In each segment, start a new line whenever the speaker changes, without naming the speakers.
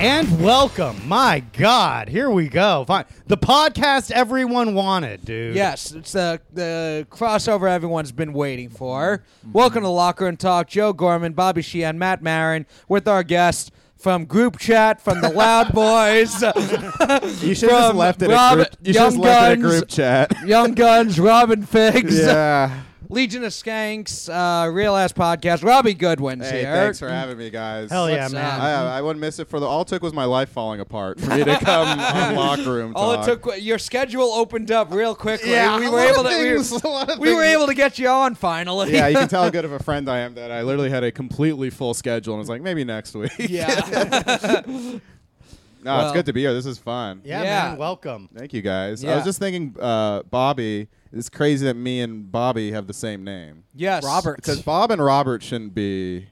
and welcome. My God, here we go. Fine. The podcast everyone wanted, dude.
Yes, it's the the crossover everyone's been waiting for.
Mm-hmm.
Welcome to Locker and Talk. Joe Gorman, Bobby Sheehan, Matt Marin, with our guest from group chat from the Loud Boys,
You should have just
From
left it at
Rob-
group. You should have
Young
left it at
Guns.
group chat.
Young Guns, Robin Figs,
yeah.
Legion of Skanks, uh, Real Ass Podcast. Robbie Goodwin's
Hey,
here.
thanks for having me, guys.
Hell yeah,
What's
man.
up?
I, uh, I wouldn't miss it for the. All it took was my life falling apart for me to come on locker room.
All it
Talk.
took wa- your schedule opened up real quickly.
Yeah,
we
a
were
lot
able
of
to we were-
things, a lot of
we, were
things.
able to get you on finally.
Yeah, you can tell how good of a friend I am that I literally had a completely full schedule and was like, maybe next week.
yeah.
no,
Well-
it's good to be here. This is fun.
Yeah,
Yeah.
man. Welcome.
Thank you guys. I
Yeah.
was just thinking, uh, Bobby. It's crazy that me and Bobby have the same name
yes,
Robert.
because Bob and Robert shouldn't be.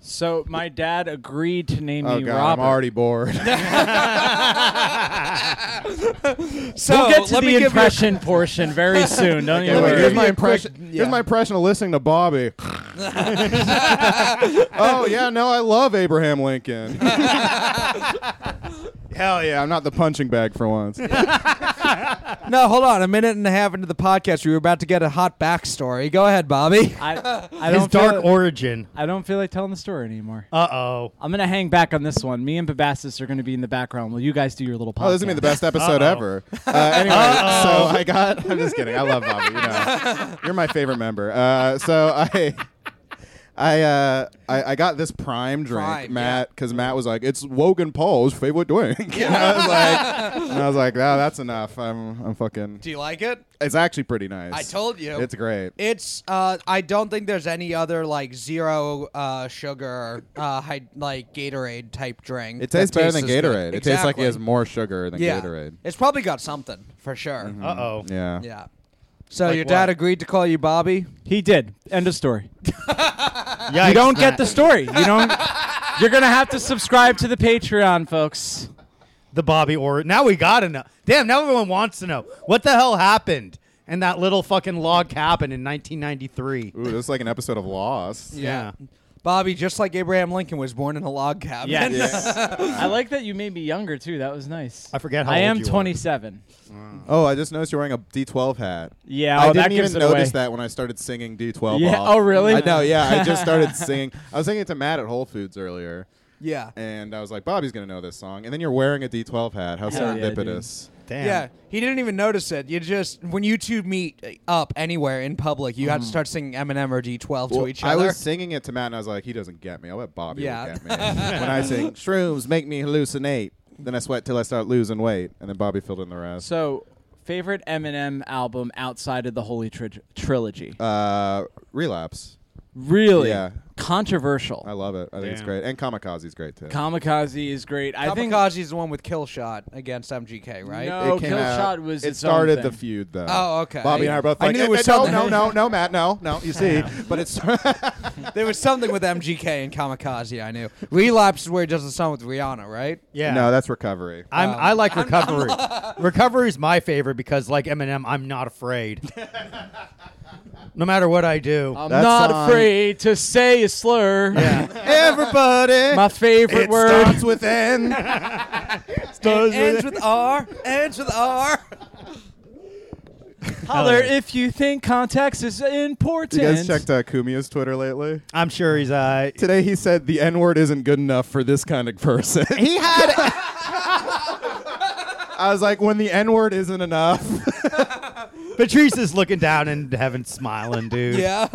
So my dad agreed to name
Oh
me
God,
Robert.
I'm already bored.
So
we'll get to
let me
the
give you a
impression portion very soon. Don't you
Anyway,
wait,
worry.
here's
give me
my
a
impression.
quick- yeah.
Here's my impression of listening to Bobby. oh yeah, no, I love Abraham Lincoln. Hell yeah, I'm not the punching bag for once.
No, hold on. A minute and a half into the podcast, we were about to get a hot backstory. Go ahead, Bobby.
I, I
His
don't
dark
feel,
origin.
I don't feel like telling the story anymore.
Uh oh.
I'm gonna hang back on this one. Me and Babassus are gonna be in the background while you guys do your little podcast.
Oh, this is gonna be the best episode
Uh-oh.
ever. Uh, anyway, so I got. I'm just kidding. I love Bobby. You know, you're my favorite member. Uh, so I. I, uh, I I got this prime drink,
Prime,
Matt, because Matt was like, "It's Logan Paul's favorite drink," and I was like, and "I was like, no, that's enough. I'm I'm fucking."
Do you like it?
It's actually pretty nice.
I told you.
It's great.
It's. Uh, I don't think there's any other like zero uh, sugar, uh, hy- like Gatorade type drink.
It
that
tastes better than
tastes as good.
Gatorade. It tastes like it
Exactly.
has more sugar than
yeah.
Gatorade. Mm-hmm.
It's probably got something for sure.
Uh oh.
Yeah.
Mm, Yeah. So
Like
your dad
what?
agreed to call you Bobby.
He did. End of story.
Yikes,
you don't
Matt.
get the story. You don't. You're gonna have to subscribe to the Patreon, folks.
the Bobby origin. Now we gotta know. Damn. Now everyone wants to know what the hell happened in that little fucking log cabin in 1993.
Ooh, this is like an episode of Lost.
Yeah.
Bobby, just like Abraham Lincoln, was born in a log cabin.
Yes. I like that you made me younger too. That was nice.
I forget how
I
old
am
you are.
27.
Oh, I just noticed you're wearing a D12 hat.
Yeah.
I
oh,
didn't
that
even
gives it
notice
away.
that when I started singing D12.
Yeah,
off.
oh, really?
I know. Yeah. I just started singing. I was singing it to Matt at Whole Foods earlier,
Yeah.
and I was like, Bobby's gonna know this song. And then you're wearing a D12 hat. How
Hell yeah,
serendipitous.
Damn.
Yeah, he didn't even notice it. You just when you two meet up anywhere in public, you have to start singing Eminem or D12
Mm-hmm. Well,
to each
I
other.
was singing it to Matt, and I was like, he doesn't get me. I bet Bobby
Yeah.
would get me. when I sing, shrooms make me hallucinate. Then I sweat till I start losing weight, and then Bobby filled in the rest.
So, favorite Eminem album outside of the Holy Tri- Trilogy?
Uh, relapse.
really?
yeah.
Controversial.
I love it. I think it's
Damn.
great. And Kamikaze's great too.
Kamikaze is great. I think.
Kamikaze is the one with Kill Shot against MGK, right?
No.
it
Oh, Kill Shot was
It
its own
started the
thing.
feud though.
Oh, okay.
Bobby and I are both
I
like,
knew it
"Eh,
was
eh, no,
something."
no, no, no, Matt, no, no. You see, but it's
There was something with MGK and Kamikaze. I knew. Relapse is where he does the song with Rihanna, right?
Yeah.
no, that's recovery.
I'm,
Um,
I like recovery. recovery is my favorite because, like Eminem, I'm not afraid. no matter what I do.
I'm
That
not
song-
afraid to say a slur.
yeah.
Everybody,
My favorite
it
word.
starts with N.
Ends with R. Ends with R.
Holler
yeah.
if you think context is
you
important.
guys checked uh, Kumia's Twitter lately?
I'm sure he's uh
Today he said the N word isn't good enough for this kind of person.
he had
I was like, when the N word isn't enough.
Patrice is looking down in heaven smiling, dude.
Yeah.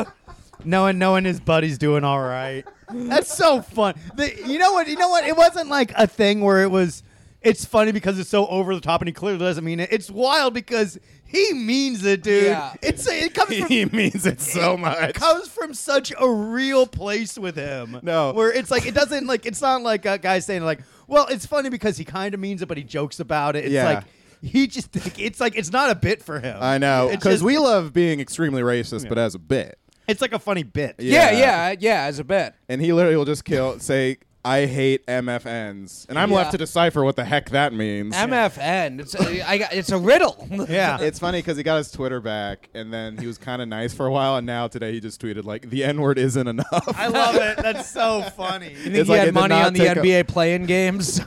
Knowing knowing his buddy's doing all right. That's so fun. The, you know what you know what? It wasn't like a thing where it was it's funny because it's so over the top and he clearly doesn't mean it. It's wild because he means it, dude.
Yeah.
It's it comes from
he means it so much.
comes from such a real place with him.
No.
where it's like it doesn't like it's not like a guy saying like, well, it's funny because he kind of means it, but he jokes about it. It's
Yeah.
like he just it's like it's not a bit for him.
I know
It's
because
just-
we love being extremely racist, but as a bit.
It's like a funny bit.
Yeah, yeah, yeah. As a bit.
and he literally will just kill say I hate MFNs, and I'm
Yeah.
left to decipher what the heck that means.
MFN. It's a, I, got- it's a riddle.
Yeah.
It's funny because he got his Twitter back, and then he was kind of nice for a while, and now today he just tweeted like the N word isn't enough.
I love it. That's so funny.
You
It's
think he
like it
had
did
money
not
on the
take a-
NBA playing games?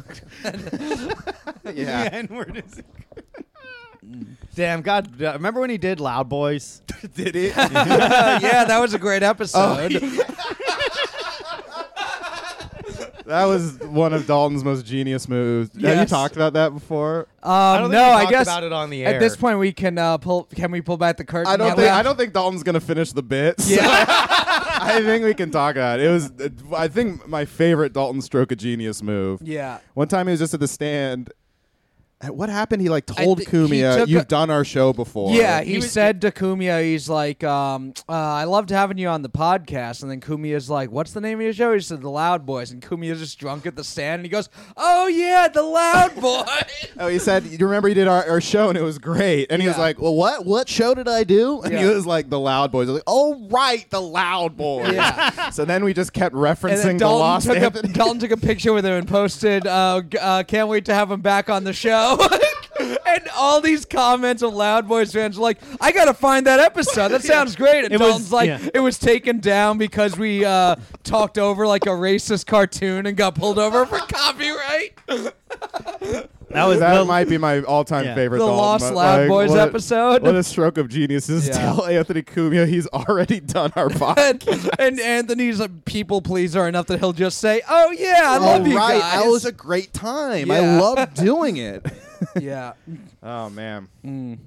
The N-word is- Damn, God. uh, Remember when he did Loud Boys?
did it?
Uh, yeah, that was a great episode.
that was one of Dalton's most genius moves. Have you
Yes.
talked about that before?
Um,
don't think we
no, I
talked
guess
about it on the air.
at this point we can uh, pull. Can we pull back the curtain?
I don't
Yeah,
think
we-
I don't think Dalton's gonna finish the bit. so
Yeah.
I think we can talk about it. It was I think my favorite Dalton stroke of genius move.
yeah.
One time he was just at the stand. and What happened? He like
I
told
thi- he
Kumia,
took
"You've
a-
done our show before."
Yeah, he,
He was-
said to Kumia, he's like, um, uh, I loved having you on the podcast. And then Kumia's like, What's the name of your show? He said, The Loud Boys. And Kumia's just drunk at the stand. And he goes, Oh, yeah, The Loud Boys.
Oh, he said, "You remember you did our, our show and it was great." And he was
Yeah.
like, "Well, what what show did I do?" And he
Yeah.
was like, "The Loud Boys." I was like, "Oh, right, the Loud Boys."
Yeah.
so then we just kept
And then
referencing the
Dalton
Lost
took, a,
Anthony.
Dalton took a picture with him and posted, uh, g- uh, Can't wait to have him back on the show. and all these comments of Loud Boys fans were like, I got to find that episode. That sounds great. And
It was-
Dalton's like,
yeah.
It was taken down because we uh, talked over like a racist cartoon and got pulled over for copyright.
That was
that
the-
might be my all-time
Yeah.
favorite
The
Dalton,
Lost
but,
Loud
like,
Boys
what a-
episode.
What a stroke of genius is
Yeah.
to tell Anthony Cumia he's already done our podcast.
and, and Anthony's a people pleaser enough that he'll just say, "Oh yeah, I love you guys."
a great time.
I Yeah.
love doing it.
yeah.
oh man.
Mm.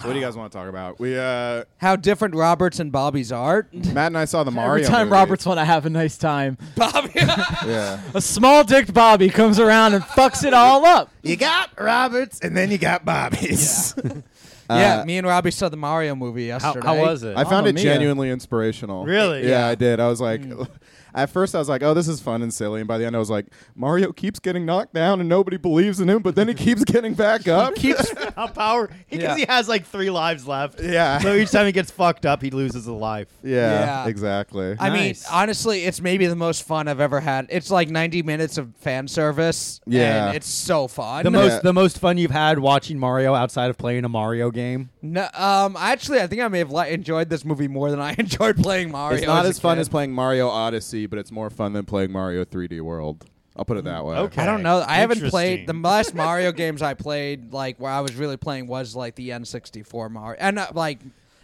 So what do you guys want to talk about? We uh,
How different Roberts and Bobby's art.
Matt and I saw the Mario.
Every time
movie.
Roberts want to have a nice time,
Bobby.
Yeah.
a small dick Bobby comes around and fucks it all up.
You got Roberts, and then you got Bobby's.
yeah,
Uh,
me and Robbie saw the Mario movie yesterday.
it?
I found it genuinely inspirational.
Really?
Yeah, Hmm.
Yeah.
I did. I was like, at first I was like, oh, this is fun and silly, and by the end I was like, Mario keeps getting knocked down and nobody believes in him, but then he keeps getting back up.
Keeps how power
Yeah.
because he has like three lives left.
Yeah.
So each time he gets fucked up, he loses a life.
yeah,
Yeah.
exactly.
I mean,
Nice.
honestly, it's maybe the most fun I've ever had. It's like 90 minutes of fan service.
Yeah.
And it's so fun.
The
Yeah.
most the most fun you've had watching Mario outside of playing a Mario game.
No, um, actually, I think I may have li- enjoyed this movie more than I enjoyed playing Mario.
it's not
a
as, fun
kid.
as playing Mario Odyssey, but it's more fun than playing Mario 3D World. I'll put it that way.
Okay.
I don't know. I haven't played the
Interesting.
last Mario games I played. Like where I was really playing was like the N64 Mario, and uh, like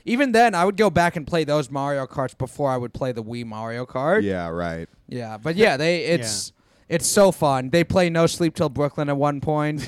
even then I would go back and play those Mario Karts before I would play the Wii Mario Kart.
Yeah, right.
Yeah, but yeah, they it's it's so fun. They play No Sleep Till Brooklyn at one point.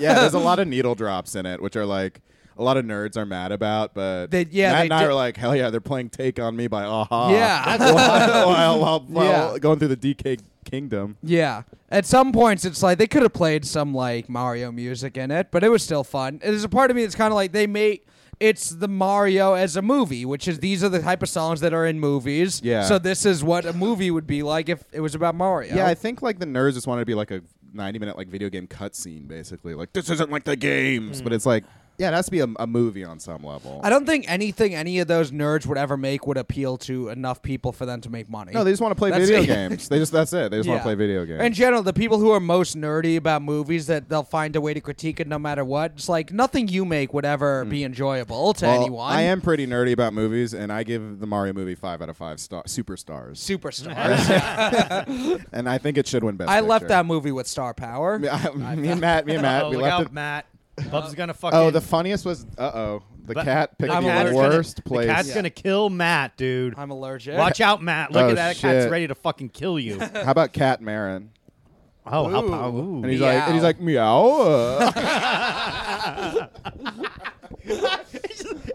yeah, there's a lot of needle drops in it, which are like a lot of nerds are mad about, but
They- yeah,
Matt
they
and I
did-
were like, hell yeah, they're playing Take on Me by Aha.
Yeah.
while, while, while, while
Yeah.
going through the DK Kingdom.
yeah, at some points it's like they could have played some like Mario music in it, but it was still fun. There's a part of me that's kind of like they make. It's the Mario as a movie, which is these are the type of songs that are in movies.
Yeah.
So this is what a movie would be like if it was about Mario.
Yeah, I think like the nerds just wanted to be like a 90 minute like video game cutscene, basically. Like this isn't like the games, but it's like yeah, it has to be a, a movie on some level.
Hmm. I don't think anything any of those nerds would ever make would appeal to enough people for them to make money.
no, they just want to play
That's
video
it.
games. They just that's it. They just want
Yeah.
to play video games.
In general, the people who are most nerdy about movies that they'll find a way to critique it no matter what. It's like nothing you make would ever be enjoyable to
Hmm. Well,
anyone.
I am pretty nerdy about movies, and I give the Mario movie five out of five star superstars,
superstars.
and I think it should win best.
I left
Picture.
that movie with star power.
Me- I- me and Matt, me and Matt,
oh,
we
look
left
out,
it.
Matt. Bub's gonna fucking.
Oh, the funniest was uh oh, the
But-
cat picked
I'm
the,
allergic.
worst
The cat's
place.
gonna kill Matt, dude.
I'm allergic.
Watch out, Matt. Look
Oh,
at that. That
shit.
cat's ready to fucking kill you. oh,
How about Cat Marin?
how pow- ooh.
And he's like, and he's like, meow. uh."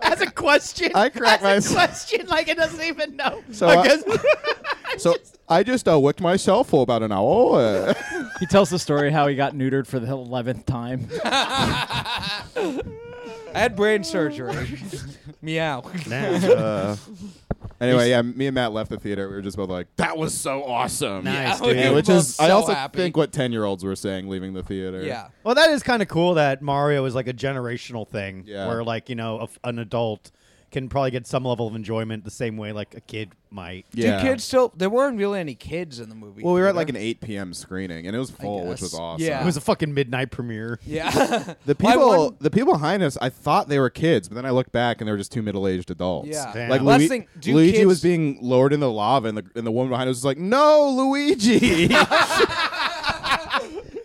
as a question.
I crack
as a
my-
question like it doesn't even know.
So
I
I-
guess-
so I just uh, wicked myself for about an hour. uh."
He tells the story how he got neutered for the eleventh time.
I had brain surgery. Meow.
Uh. anyway, yeah, me and Matt left the theater. We were just both like, that was so awesome.
Nice,
Yeah,
dude.
we
Yeah,
were
which
both
is I
so
also
happy.
think what ten year olds were saying leaving the theater.
yeah.
Well, that is kind of cool that Mario is like a generational thing
Yeah.
where, like, you know, a f an adult can probably get some level of enjoyment the same way like a kid might.
Yeah.
Do kids still? There weren't really any kids in the movie.
Well, we were at like an
theater.
8 p.m. screening, and it was full, which was
guess.
awesome.
Yeah.
It was a fucking midnight premiere.
Yeah.
The
Well, I
people,
won-
the people behind us, I thought they were kids, but then I looked back and they were just two middle-aged adults.
Yeah.
Damn.
Like
Well,
that's the
Lui-
thing, do
Luigi
kids-
was being lowered in the lava, and the and the woman behind us was like, "No, Luigi."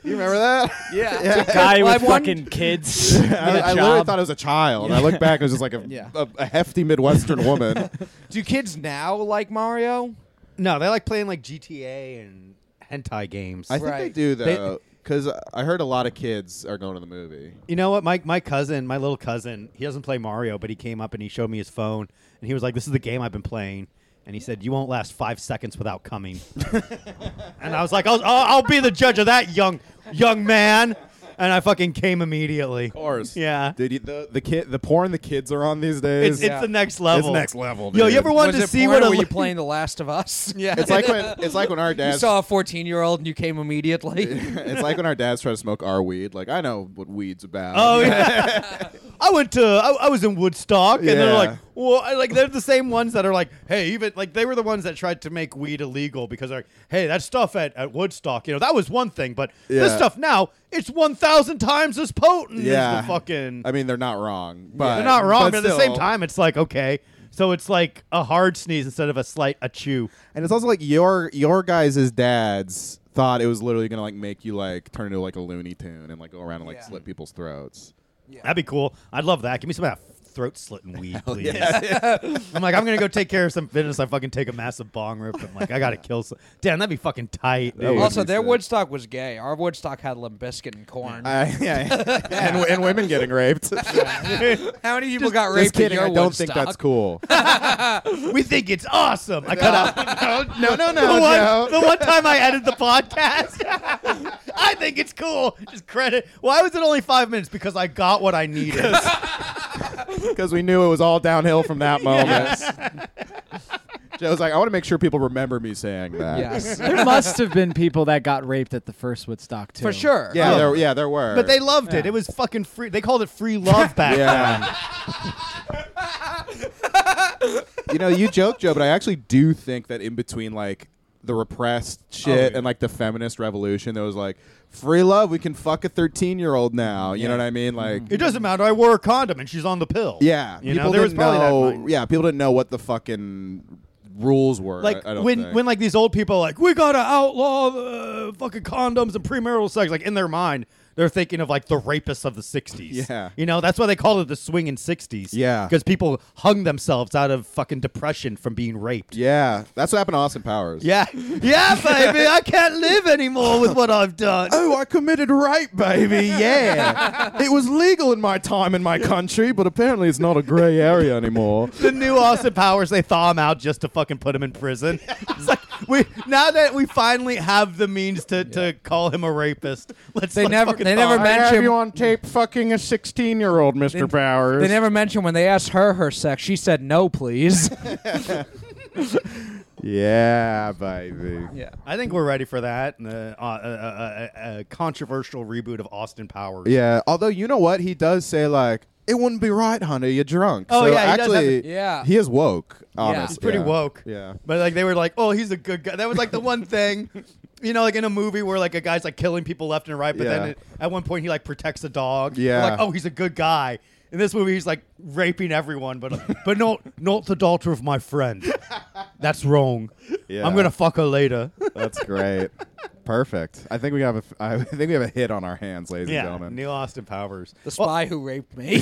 you remember that?
yeah.
Guy
Well, I
with
won-
fucking kids. with
I,
a
I literally
job.
thought it was a child. I looked back, it was just like a,
Yeah.
a, a hefty Midwestern woman.
Do kids now like Mario?
No, they like playing like GTA and hentai games.
I think they
Right.
do though, because I heard a lot of kids are going to the movie.
You know what? My my cousin, my little cousin, he doesn't play Mario, but he came up and he showed me his phone, and he was like, "This is the game I've been playing." And he said, "You won't last five seconds without coming." and I was like, I'll, "I'll I'll be the judge of that, young young man." And I fucking came immediately.
Of course.
Yeah.
Dude, you- the the kid, the porn the kids are on these days.
It's,
Yeah.
it's the next level.
next level,
Yo,
dude.
you ever wanted
Was
to
it
see
porn
what
or
a
were you
li-
playing The Last of Us? Yeah.
It's like when it's like when our
you
dads
saw a 14 year old and you came immediately.
it's like when our dads try to smoke our weed. Like I know what weed's about.
Oh yeah. I went to I, I was in Woodstock and they're
Yeah.
like, well, I- like they're the same ones that are like, hey, even like they were the ones that tried to make weed illegal because they're like, hey, that stuff at, at Woodstock, you know, that was one thing, but this
Yeah.
stuff now it's one thousand times as potent
yeah.
as the fucking.
I mean, they're not wrong, but
they're not wrong, but, at the same
still.
time, it's like okay, so it's like a hard sneeze instead of a slight a chew.
and it's also like your your guys' dads thought it was literally gonna like make you like turn into like a Looney Tune and like go around and like
Yeah.
slit people's throats.
That'd be cool. I'd love that. Give me some of that throat slitting weed,
Oh,
please. I'm like, I'm gonna go take care of some business. I fucking take a massive bong rip. I'm like, I gotta kill some. Damn, that'd be fucking tight,
That
dude.
would-
also, their Woodstock
Woodstock.
was gay. Our Woodstock had Limp Bizkit and corn.
Uh, yeah, and and women getting raped. just
How many people got raped?
kidding.
At
I
your
don't
Woodstock?
think that's cool.
we think it's awesome. I cut out.
no, no,
the,
no,
one,
no.
the one time I edited the podcast, I think it's cool. Just credit. Why was it only five minutes? Because I got what I needed.
because we knew it was all downhill from that moment. Joe's like, I want to make sure people remember me saying that.
Yes.
there must have been people that got raped at the first Woodstock too.
For sure.
Yeah,
Oh.
there, yeah, there were.
but they loved it. It was fucking free. They called it free love back then.
yeah. you know, you joke, Joe, but I actually do think that in between like the repressed shit
yeah.
and like the feminist revolution, there was like free love. We can fuck a thirteen-year-old now. You know
Yeah.
what I mean? Like,
It doesn't matter. I wore a condom and she's on the pill.
yeah,
You
people
know, there was
didn't
probably that
Mm-hmm. know.
mindset.
yeah, people didn't know what the fucking rules were.
like
I, I don't
when
think.
when like these old people are like we gotta outlaw uh, fucking condoms and premarital sex like in their mind they're thinking of like the rapists of the 60s
Yeah.
you know that's why they call it the swinging 60s
Yeah.
because people hung themselves out of fucking depression from being raped
yeah, that's what happened to Austin Powers.
yeah yeah baby i can't live anymore with what i've done
Oh, I committed rape, baby. Yeah. it was legal in my time in my country, but apparently it's not a gray area anymore.
the new Austin Powers, they thaw him out just to fucking put him in prison. It's like we now that we finally have the means to, to call him a rapist. Let's
They
let
never-
fucking
they
thaw
never
him out.
mentioned- Have you
on tape fucking a 16 year old, Mr. Powers.
They never mentioned when they asked her her sex. She said no, please.
yeah, baby.
yeah.
I think we're ready for that. Uh, uh, uh, uh, uh, controversial reboot of Austin Powers.
Yeah, although you know what? He does say, like, it wouldn't be right, honey. You're drunk.
Oh,
so
yeah, he does have
actually,
it.
Yeah.
He is woke, honest.
He's pretty
yeah.
woke.
Yeah.
But like they were like, oh, he's a good guy. That was like the one thing, you know, like in a movie where like a guy's like killing people left and right, but
Yeah.
then it, at one point he like protects a dog. We're
Yeah.
Like oh, he's a good guy. In this movie, he's like raping everyone, but but not not the daughter of my friend. That's wrong.
Yeah.
I'm gonna fuck her later.
That's great. Perfect. I think we have a f- I think we have a hit on our hands, ladies and
yeah,
gentlemen.
Neil Austin Powers.
The spy who raped me.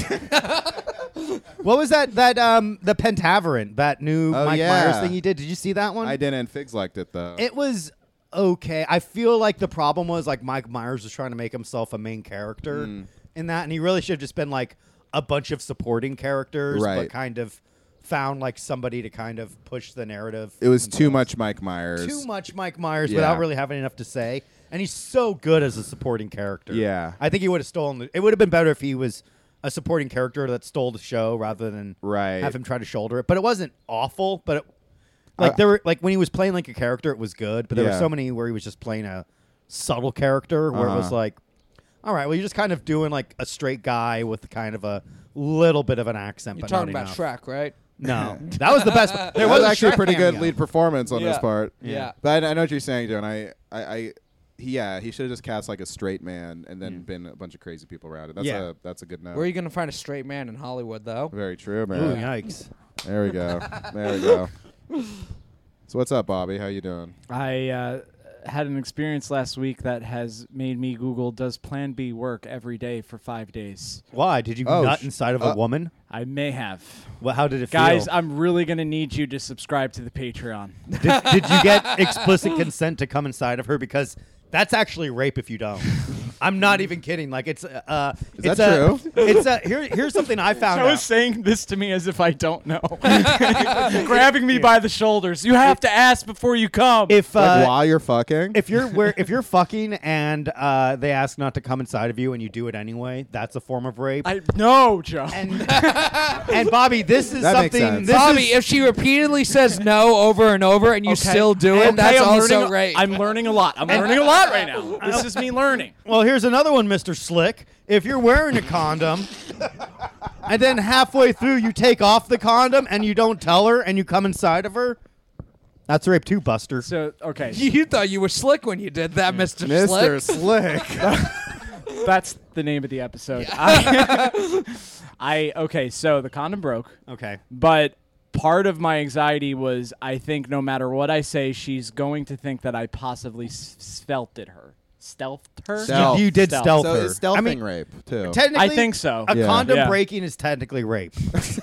What was that? That um, the Pentaverin, that new
Oh,
Mike
yeah.
Myers thing he did. Did you see that one?
I didn't. Figs liked it though.
It was okay. I feel like the problem was like Mike Myers was trying to make himself a main character
Mm.
in that, and he really should have just been like a bunch of supporting characters,
Right.
but kind of found like somebody to kind of push the narrative.
It was
and
too much Mike Myers.
too much Mike Myers
Yeah.
without really having enough to say, and he's so good as a supporting character.
Yeah.
I think he would have stolen. The, it would have been better if he was. A supporting character that stole the show rather than
Right.
have him try to shoulder it, but it wasn't awful. But it, like
I-
there were like when he was playing like a character, it was good. But there
Uh, Yeah.
were so many where he was just playing a subtle character where it was
Uh-huh.
like, all right, well you're just kind of doing like a straight guy with kind of a little bit of an accent,
You're
but
talking
not
about
enough.
Shrek, right?
No, that was the best. There
That was
a
actually a
Shrek
pretty good
cameo.
lead performance on his
Yeah.
part.
Yeah. Yeah.
But I, I know what you're saying, Joe. And I, I, I he, yeah, he should have just cast like a straight man and then been a bunch of crazy people around it. That's
Yeah.
a that's a good note.
Where are you gonna find a straight man in Hollywood, though?
Very true, man.
Ooh, yikes!
There we go. There we go. So what's up, Bobby? How you doing?
I uh, had an experience last week that has made me Google Does Plan B work every day for five days?
Why did you
Oh,
nut
sh-
inside of
uh,
a woman?
I may have.
Well, how did it
Guys,
feel?
I'm really going to need you to subscribe to the Patreon.
did, did you get explicit consent to come inside of her? Because that's actually rape if you don't. I'm not even kidding. Like it's uh,
Is
it's
that
a,
true?
It's a here. Here's something I found
Joe
out.
is saying this to me as if I don't know. Grabbing me by the shoulders. You have to ask before you come.
if uh,
like while you're fucking?
if you're where if you're fucking and uh, they ask not to come inside of you and you do it anyway, that's a form of rape.
I no, Joe.
and, and Bobby, this is
That makes
something.
sense.
This
Bobby,
is,
if she repeatedly says no over and over and you
Okay.
still do it,
Okay,
that's
I'm
also
learning,
rape.
I'm learning a lot. I'm learning a lot right now. This is me learning.
well, here's another one, Mister Slick. If you're wearing a condom, and then halfway through you take off the condom and you don't tell her and you come inside of her, that's rape too, Buster.
So okay,
you thought you were slick when you did that, Mr.
Mr.
Slick.
Slick.
that's the name of the episode. I, I okay. So the condom broke,
okay.
but part of my anxiety was I think no matter what I say, she's going to think that I possibly s- svelted her, stealthed her.
Stealth.
You did
Stealth.
stealth
so
her.
it's stealthing
I mean,
rape too.
technically,
I think so.
A
Yeah.
condom
Yeah.
breaking is technically rape.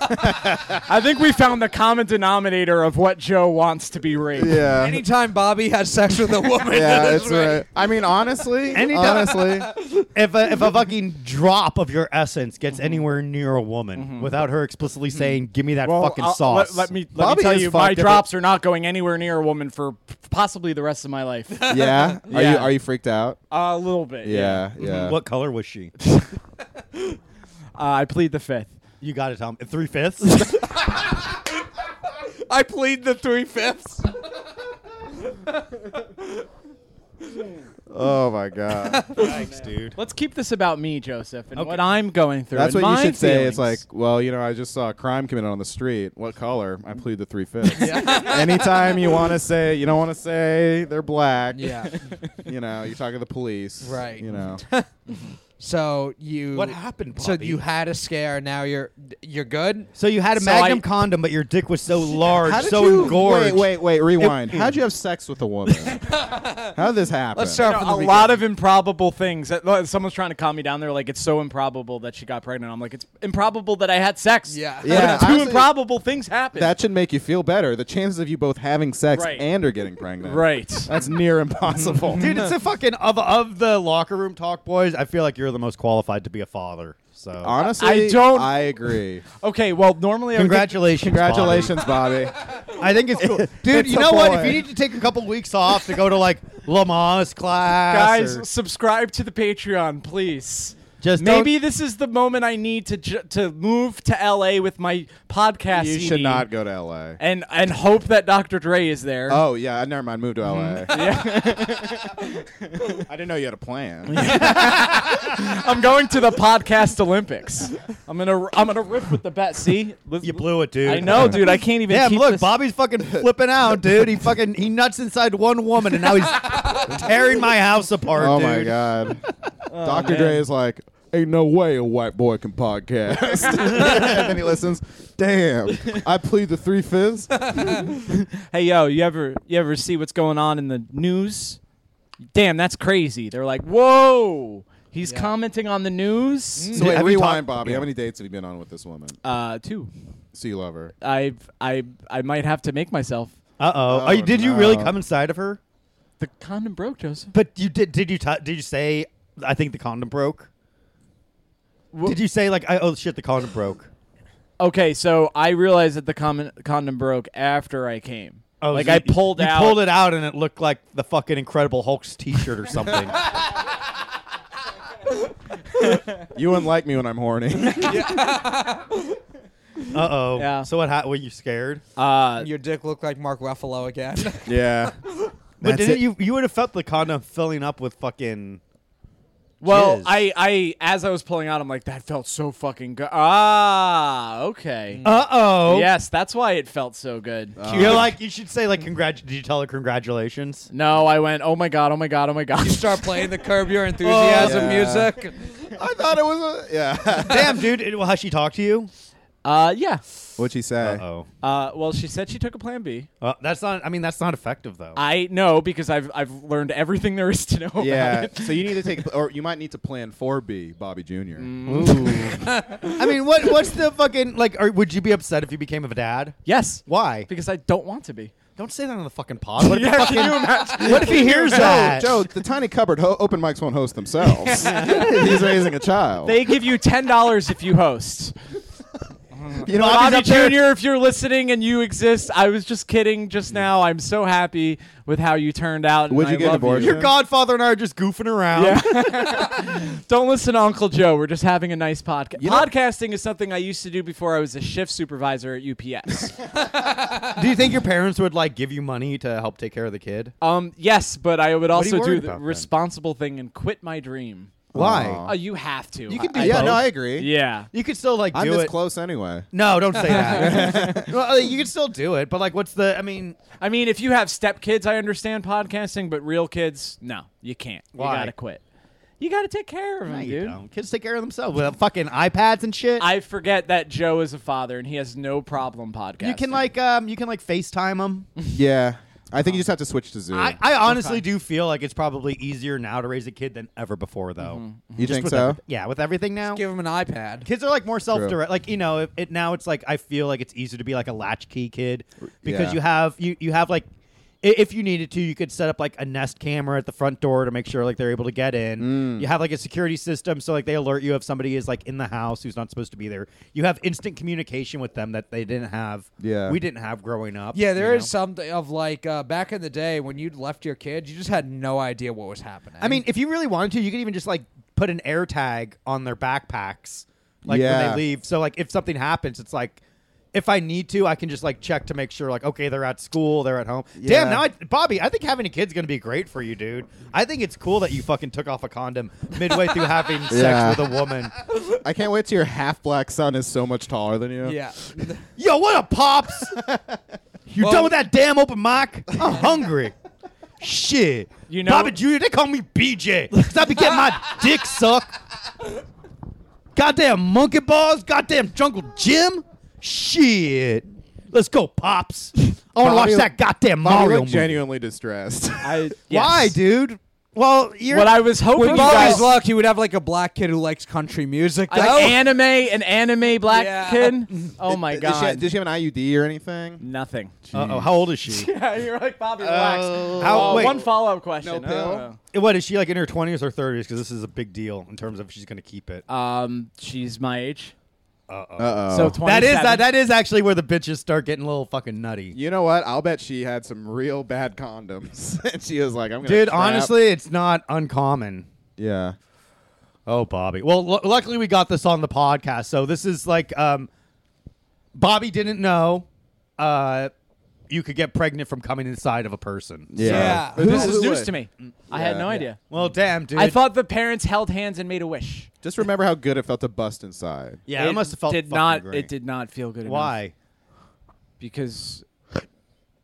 I think we found the common denominator of what Joe wants to be raped.
yeah.
Anytime Bobby has sex with a woman,
Yeah,
that is
it's right. I mean, honestly,
Any time-
honestly,
if a, if a fucking drop of your essence gets
Mm-hmm.
anywhere near a woman without her explicitly saying, "Give me that
Well,
fucking
I'll-
sauce,"
Let, let me let
Bobby
me tell
is
you, my
fucked up.
drops are not going anywhere near a woman for p- possibly the rest of my life.
yeah. Are you
Yeah.
are you freaked out?
a little bit.
Yeah, yeah.
What color was she?
Uh, I plead the fifth.
You got it, Tom. Three fifths.
right. I plead the three fifths.
Oh my god.
Thanks, dude.
Let's keep this about me, Joseph, and what I'm going through.
That's
and
what you
my
should say. It's like,
feelings.
well, you know, I just saw a crime committed on the street. What color? I plead the three fifths. Anytime you want to say, you don't want to say they're black.
Yeah.
You know, you talk to the police.
Right.
You know.
So you.
What happened,
So
Bobby?
you had a scare. and Now you're you're good.
So you had a
So
Magnum
I-
condom, but your dick was so large,
How did
so
you,
engorged.
Wait, wait, wait. Rewind. How'd you have sex with a woman? How did this happen?
Let's start
You know,
from
a
the
lot
beginning.
of improbable things. That- like, Someone's trying to calm me down. They're like, "It's so improbable that she got pregnant." I'm like, "It's improbable that I had sex."
Yeah.
But
Yeah,
Two
honestly,
improbable things happened.
That should make you feel better. The chances of you both having sex
Right.
and are getting pregnant.
right.
That's near impossible.
dude! It's a fucking of of the locker room talk, boys. I feel like you're the most qualified to be a father. So
Honestly,
I don't-
I agree.
Okay. Well, normally I would get
congratulations,
Congratulations, Bobby.
Bobby. I think it's cool, dude.
It's
you
a
know what? If
boy.
you need to take a couple weeks off to go to like Lamas class,
guys
or-
subscribe to the patreon please
Just
maybe this is the moment i need to ju- to move to la with my podcast
You should
CD
not go to L.A.
and and hope that dr dre is there
Um,
Oh yeah, never mind. Moved to LA. Mm-hmm. I didn't know you had a plan.
i'm going to the podcast olympics i'm gonna i'm gonna riff with the bet see Let's-
you blew it, dude.
i know dude i can't even
Yeah,
keep
look,
this-
Bobby's fucking flipping out, dude. He fucking he nuts inside one woman, and now he's tearing my house apart,
oh
dude.
my god. Dr. Dre
man.
is like, ain't no way a white boy can podcast. and then he listens. Damn, I plead the three fifths.
hey yo you ever you ever see what's going on in the news damn that's crazy they're like whoa he's
Yeah.
commenting on the news
So
Yeah,
wait,
have we
rewind,
talked-
Bobby.
yeah.
How many dates have you been on with this woman?
uh two
So you love her.
I've I I might have to make myself.
Uh oh.
Oh,
did you really
no.
come inside of her?
The condom broke, Joseph.
But you did. Did you t- did you say? I think the condom broke. Did you say like, I, oh shit, the condom broke?
Okay, so I realized that the common, condom broke after I came.
Oh,
like
so
I
you-
pulled
you
out.
pulled it out, and it looked like the fucking Incredible Hulk's T-shirt or something.
You wouldn't like me when I'm horny.
uh oh.
Yeah.
So what? Ha- were you scared?
Uh,
Your dick looked like Mark Ruffalo again.
yeah.
But
That's
didn't
it.
you? You would have felt the condom filling up with fucking
Well,
jizz.
I, I, as I was pulling out, I'm like, that felt so fucking good. Ah, okay.
Uh oh. Uh.
Yes, Oh. that's why it felt so good.
You're like you should say like congrat. Did you tell her congratulations?
no, I went, oh my god, oh my god, oh my god.
You start playing the Curb Your Enthusiasm
Oh. Yeah.
music.
I thought it was a yeah.
Damn, dude. It, well, how she talked to you?
Uh, yeah.
What'd she say?
oh.
Uh, well, she said she took a plan B.
Uh, that's not. I mean, that's not effective though.
I know because I've I've learned everything there is to know. about
Yeah.
it.
so you need to take, or you might need to plan for B, Bobby Jr.
I mean, what? What's the fucking like? Are, would you be upset if you became a dad?
Yes.
Why?
Because I don't want to be.
Don't say that on the fucking pod. What if,
Yeah, can you imagine?
what if he hears that?
Joe, the tiny cupboard ho- open mics won't host themselves. He's raising a
Oh.
child.
They give you ten dollars if you host.
you know,
Bobby
Bobby's up there-
Jr., if you're listening and you exist, I was just kidding just now. I'm so happy with how you turned out. and
Would you
I
get
love
divorced?
Your godfather and I are just goofing around.
Don't listen to Uncle Joe. We're just having a nice podcast.
You know-
Podcasting is something I used to do before I was a shift supervisor at UPS.
Do you think your parents would like give you money to help take care of the kid?
um, yes, but I
What
would
are you
also do
worried
the
about then?
responsible thing and quit my dream.
Why?
Oh, you have to.
You can do
I-
yeah,
both.
no, I agree.
Yeah.
You could still like
I'm
do
this
it.
close anyway.
no, don't say that. well, uh, you could still do it, but like, what's the? I mean,
I mean, if you have step kids, I understand podcasting, but real kids, no, you can't.
Why?
You gotta quit. You gotta take care of them,
you
dude.
don't. kids take care of themselves with uh, fucking iPads and shit.
I forget that Joe is a father and he has no problem podcasting.
you can like, um, you can like FaceTime them.
Mm-hmm. Yeah. I think you just have to switch to Zoom.
I, I honestly do feel like it's probably easier now to raise a kid than ever before, though.
you
Just
think
with
so?
everyth- yeah, with everything now.
Give him an iPad.
Kids are like more self-direct. Like you know, it, it now it's like I feel like it's easier to be like a latchkey kid because
yeah.
you have you you have like i- if you needed to, you could set up like a Nest camera at the front door to make sure like they're able to get in.
Mm.
You have like a security system so like they alert you if somebody is like in the house who's not supposed to be there. You have instant communication with them that they didn't have.
Yeah.
we didn't have growing up.
Yeah, there is
you know?
something of like uh, back in the day when you left your kids, you just had no idea what was happening.
I mean, if you really wanted to, you could even just like put an air tag on their backpacks, like when
Yeah.
they leave. So like if something happens, it's like if I need to, I can just like check to make sure like okay, they're at school, they're at home. Damn,
Yeah.
now I, Bobby, I think having a kid's gonna be great for you, dude. I think it's cool that you fucking took off a condom midway through having sex
Yeah.
with a woman.
I can't wait till your half black son is so much taller than you.
yeah,
Yo, what up, pops? You
Well-
done with that damn open mic? I'm hungry. Shit.
You know-
Bobby Jr., they call me BJ. Cause I be getting my dick sucked. Goddamn monkey balls, goddamn jungle gym. Shit. Let's go, Pops. I wanna
Bobby-
watch that goddamn
Bobby
Mario
looked
movie.
genuinely distressed.
I,
Why,
yes.
dude? Well, you're
What I was hoping
with
you
Bobby's
guys,
luck, he would have like a black kid who likes country music.
I like
though.
anime, an anime black
Yeah.
kid. Oh my
Did she,
god,
did she have an IUD or anything?
nothing.
Uh-oh, how old is she?
Yeah, you're like Bobby. Relax.
Oh. How-
Uh,
wait.
one follow-up question.
No pill?
Eh, what is she like in her 20s or 30s because this is a big deal in terms of if she's going to keep it.
Uh, um, she's my age.
Uh
So
oh.
twenty.
That is that, that is actually where the bitches start getting a little fucking nutty.
you know what? I'll bet she had some real bad condoms, and she was like, "I'm gonna."
Dude,
trap-
honestly, it's not uncommon.
Yeah.
Oh, Bobby. Well, lu luckily we got this on the podcast, so this is like um, Bobby didn't know uh, you could get pregnant from coming inside of a person.
Yeah.
But
This
who-
is
who
news
would?
to me. I had
Yeah.
no
Yeah.
idea.
Well, damn, dude.
I thought the parents held hands and made a wish.
Just remember how good it felt to bust inside.
yeah, it, must have felt
did
fucking
not.
great.
It did not feel good. enough.
Why?
Because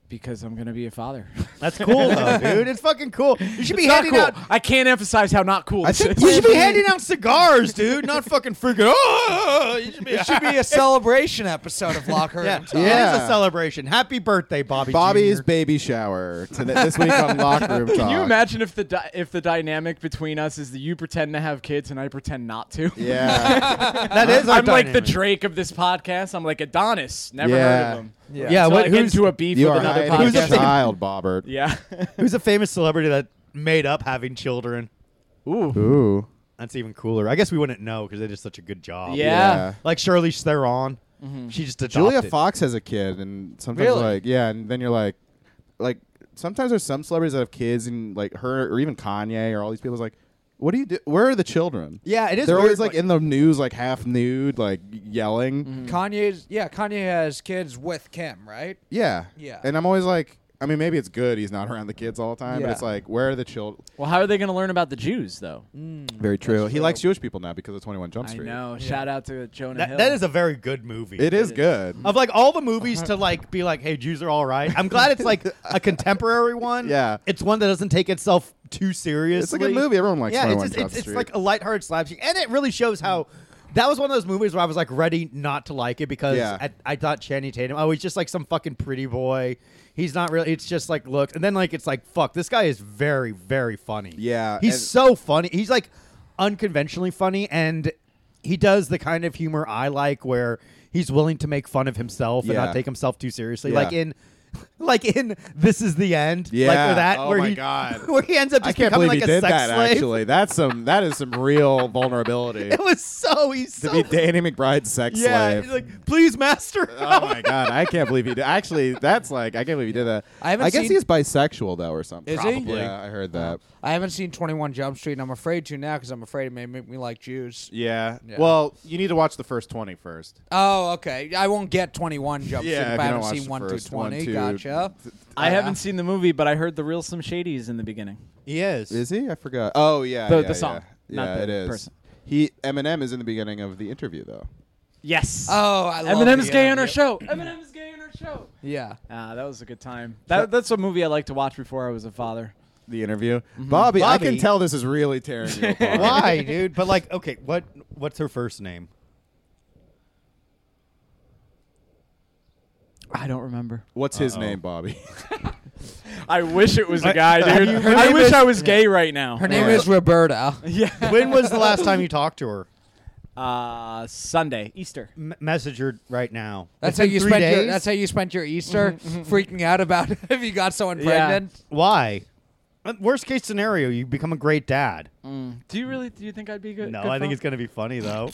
because I'm gonna be a father.
That's cool though, dude. It's fucking cool. You should be
Not
handing
cool.
out.
I can't emphasize how not cool.
I
This
think
is.
You should be handing out cigars, dude. Not fucking freaking. Oh, you should be.
It should be a celebration episode of Locker.
Yeah,
and Talk.
yeah. It is a
Yeah.
celebration. Happy birthday, Bobby.
Bobby's
Jr..
baby shower to this week on locker room talk.
Can you imagine if the di- if the dynamic between us is that you pretend to have kids and I pretend not to?
Yeah.
That is. our
I'm like the
dynamic.
Drake of this podcast. I'm like Adonis. Never
Yeah.
heard of him.
Yeah.
Yeah,
Until
what-
I get
who's-
into a beef
you
with
are
another
hiding
Who's
a
the
podcast.
thing?
child, Bobbert.
Yeah.
Who's a famous celebrity that made up having children?
Ooh.
Ooh.
That's even cooler. I guess we wouldn't know because they did such a good job.
Yeah.
Like Shirley Theron. She just adopted.
Julia Fox has a kid, and sometimes
Really?
like yeah, and then you're like, like sometimes there's some celebrities that have kids, and like her or even Kanye or all these people is like, what do you do? Where are the children?
Yeah, it is
They're
weird,
always like,
like-
in the news, like half nude, like yelling.
Mm-hmm. Kanye's yeah, Kanye has kids with Kim, right?
Yeah,
Yeah.
And I'm always like, I mean, maybe it's good he's not around the kids all the time, but it's
Yeah.
like, where are the children?
Well, how are they going to learn about the Jews though?
Very true. He likes Jewish people now because of 21 Jump
I
Street.
know. Shout out to Jonah
That,
Hill.
that is a very good movie.
It is good.
of like all the movies to like be like, hey, Jews are all right. I'm glad it's like a contemporary one.
Yeah.
it's one that doesn't take itself too seriously.
It's a good movie. Everyone likes
yeah, it's
21
just,
Jump
it's, it's
Street.
like a lighthearted slapstick, and it really shows how. That was one of those movies where I was like ready not to like it because
Yeah.
I, I thought Channing Tatum, oh, he's just like some fucking pretty boy. He's not really. It's just like looks, and then like it's like fuck, this guy is very very funny.
Yeah,
he's
and-
so funny. He's like unconventionally funny, and he does the kind of humor I like, where he's willing to make fun of himself and
Yeah.
not take himself too seriously,
Yeah.
like in. Like in "This Is the End," like
Yeah.
or that,
Oh
where
my
he
God.
where he ends up
I
just
can't
becoming
believe
like
he
a
did
sex
that.
slave.
Actually, that's some that is some real vulnerability
It was so he's
to
so
be Danny McBride's sex
yeah.
slave.
he's like, please, master.
oh my god, I can't believe he did. Actually, that's like I can't believe he did that.
I haven't
guess
seen-
he's bisexual though, or something.
Is he?
Probably. Oh. Yeah, I heard that.
I haven't seen 21 Jump Street, and I'm afraid to now because I'm afraid it may make me like Jews.
Yeah.
Yeah.
Well, you need to watch the first 20 first.
Oh, okay. I won't get 21 Jump Street
Yeah, if
if I
you don't
haven't
watch
seen
the
1 through
first one,
20.
two-
gotcha.
I haven't seen the movie, but I heard the real Slim Shady is in the beginning.
He is.
Is he? I forgot. Oh yeah,
The-
yeah,
the song,
Yeah,
not
yeah
the
it is.
person.
He Eminem is in the beginning of the interview though.
Yes.
Oh, I love
Eminem's
the
gay on our
interview.
show. Eminem's gay on our show.
Yeah.
Ah, that was a good time. That, that's a movie I like to watch before I was a father.
The interview. Bobby, I can
Mm-hmm. Bobby.
tell this is really tearing you apart.
Why, dude? But like, okay, what? What's her first name?
I don't remember.
What's his name, Bobby?
I wish it was a guy, dude.
Her
I
name
wish
is-
I was gay right now.
Her name
Yeah.
is Roberta.
Yeah.
When was the last time you talked to her?
Uh, Sunday, Easter.
M- message her right now.
That's
It's
how
been
you
three
spent your
days?
that's how you spent your Easter freaking out about if you got someone
Yeah.
pregnant.
Why? Uh, Worst case scenario, you become a great dad.
Oh,
Do you really? Do you think I'd be good?
No,
good
I think
fun?
it's gonna be funny though.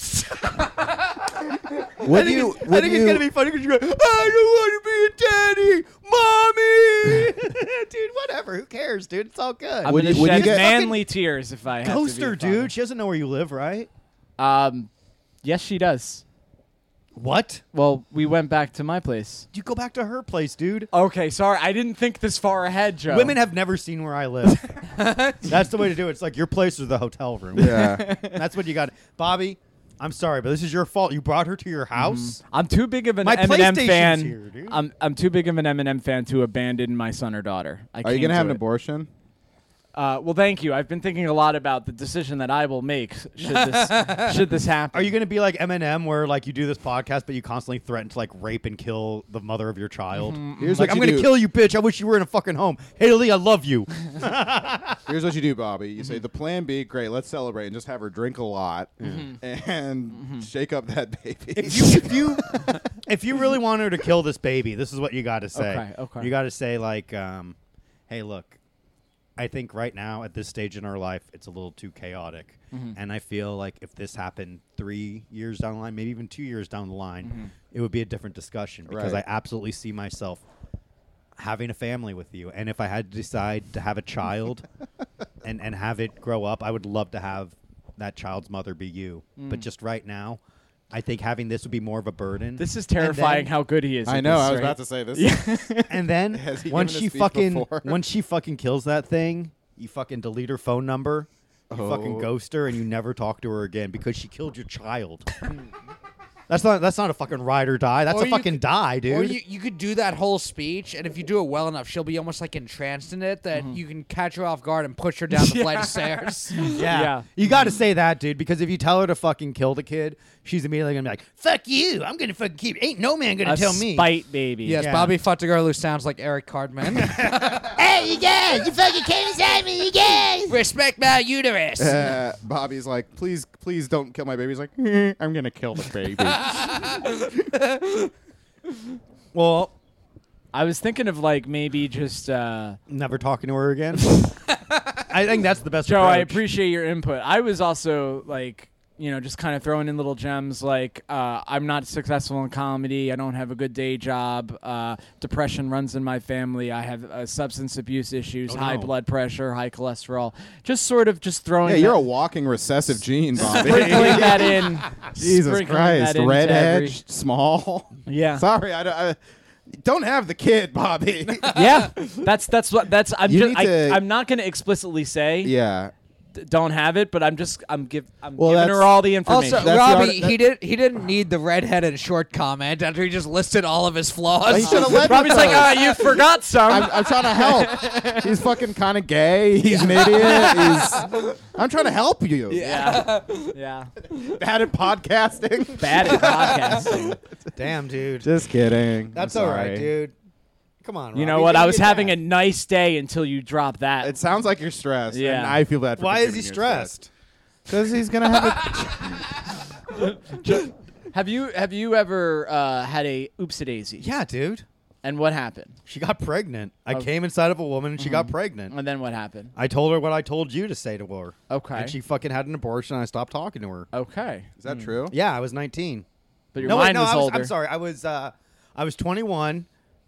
would you
I think it's gonna be funny because you go, I don't want to be a daddy, mommy, dude. Whatever, who cares, dude? It's all good.
I'm
Would
gonna
you- would you
shed
get-
manly tears if I have
Ghost her,
to be a father.
dude. She doesn't know where you live, right?
Um, yes, she does.
What?
Well, we went back to my place.
You go back to her place, dude.
Okay, sorry, I didn't think this far ahead, Joe.
Women have never seen where I live. That's the way to do it. It's like your place is the hotel room.
Yeah.
That's what you got. Bobby, I'm sorry, but this is your fault. You brought her to your house.
I'm too big of an
My
Eminem
PlayStation's
fan.
here, dude.
I'm I'm too big of an Eminem fan to abandon my son or daughter. I
Are you
going
gonna
to
have an
it.
abortion?
Uh, well, thank you. I've been thinking a lot about the decision that I will make should this should this happen.
Are you going to be like Eminem, where like you do this podcast, but you constantly threaten to like rape and kill the mother of your child?
Here's
Like I'm
what you
going to
do.
kill you, bitch. I wish you were in a fucking home. Haley, I love you.
Here's what you do, Bobby. You
Mm-hmm.
say the plan B, great. Let's celebrate and just have her drink a lot and shake up that baby.
Mm-hmm. if you if you if you really want her to kill this baby, this is what you got to say.
Okay, okay.
You got to say like, um, "Hey, look, I think right now at this stage in our life, it's a little too chaotic,
Mm-hmm.
and I feel like if this happened three years down the line, maybe even two years down the line,
Mm-hmm.
it would be a different discussion because
Right.
I absolutely see myself." Having a family with you, and if I had to decide to have a child and and have it grow up, I would love to have that child's mother be you. But
Mm.
just right now, I think having this would be more of a burden.
This is terrifying. how good he is.
I
at
know.
This,
I was
right?
about to say this. Uh,
and then
Has he
once
given a
she
speech
fucking
before?
once she fucking kills that thing, you fucking delete her phone number, you
Oh.
fucking ghost her, and you never talk to her again because she killed your child. that's not that's not a fucking ride or die. That's
Or
a
you
fucking
could-
die,
Or
dude.
you, you could do that whole speech, and if you do it well enough, she'll be almost like entranced in it
Mm-hmm.
that you can catch her off guard and push her down the flight of stairs.
yeah.
Yeah.
You got to say that, dude, because if you tell her to fucking kill the kid, she's immediately going to be like, fuck you. I'm going to fucking keep. Ain't no man going to
A
tell me.
spite baby.
Yes,
Yeah.
Bobby Futtagar, who sounds like Eric Cardman.
Hey, you guys, you fucking came inside me, you guys.
Respect my uterus.
Uh, Bobby's like, please, please don't kill my baby. He's like, "Eh, I'm gonna kill the baby.
Well,
I was thinking of like maybe just uh,
never talking to her again. I think that's the best.
Joe. I
approach.
appreciate your input. I was also like you know just kind of throwing in little gems like uh, I'm not successful in comedy. I don't have a good day job. Uh, depression runs in my family. I have uh, substance abuse issues,
Oh,
high
no.
blood pressure, high cholesterol. Just sort of just throwing.
yeah, you're
that-
a walking recessive gene, Bobby.
sprinkling that in.
Jesus
sprinkling
Christ,
that into
red
every-
edged, small.
Yeah.
Sorry, I don't. I, Don't have the kid, Bobby.
yeah, that's that's what that's. I'm
You
just.
need
I,
to-
I'm not going to explicitly say
yeah.
d- don't have it, but I'm just. I'm give. I'm
Well,
giving
that's-
her all the information.
Also,
the
Robbie,
art-
he did he didn't need the redheaded short comment after he just listed all of his
He
flaws.
should've led
Robbie's
with
like,
those.
ah, you forgot some.
I'm, I'm trying to help. He's fucking kind of gay. He's an idiot. He's, I'm trying to help you.
yeah, yeah.
Bad at podcasting.
Bad at podcasting.
Damn, dude.
Just kidding.
That's
I'm
all right,
sorry.
dude. Come on.
You
Robbie.
know what?
Give
I
me
was
a
having a
dab.
nice day until you dropped that.
It sounds like you're stressed.
Yeah.
And I feel bad. For
Why is he
contributing to your stress.
stressed?
Because he's gonna have a.
have you have you ever uh, had a oopsie daisy?
Yeah, dude.
And what happened?
She got pregnant. I came inside of a woman and she
Mm-hmm.
got pregnant.
And then what happened?
I told her what I told you to say to her.
Okay.
And she fucking had an abortion and I stopped talking to her.
Okay.
Is that true?
Yeah, I was 19.
But your
no, wait,
mind
no,
was
I was,
older.
I'm sorry. I was uh, I was 21.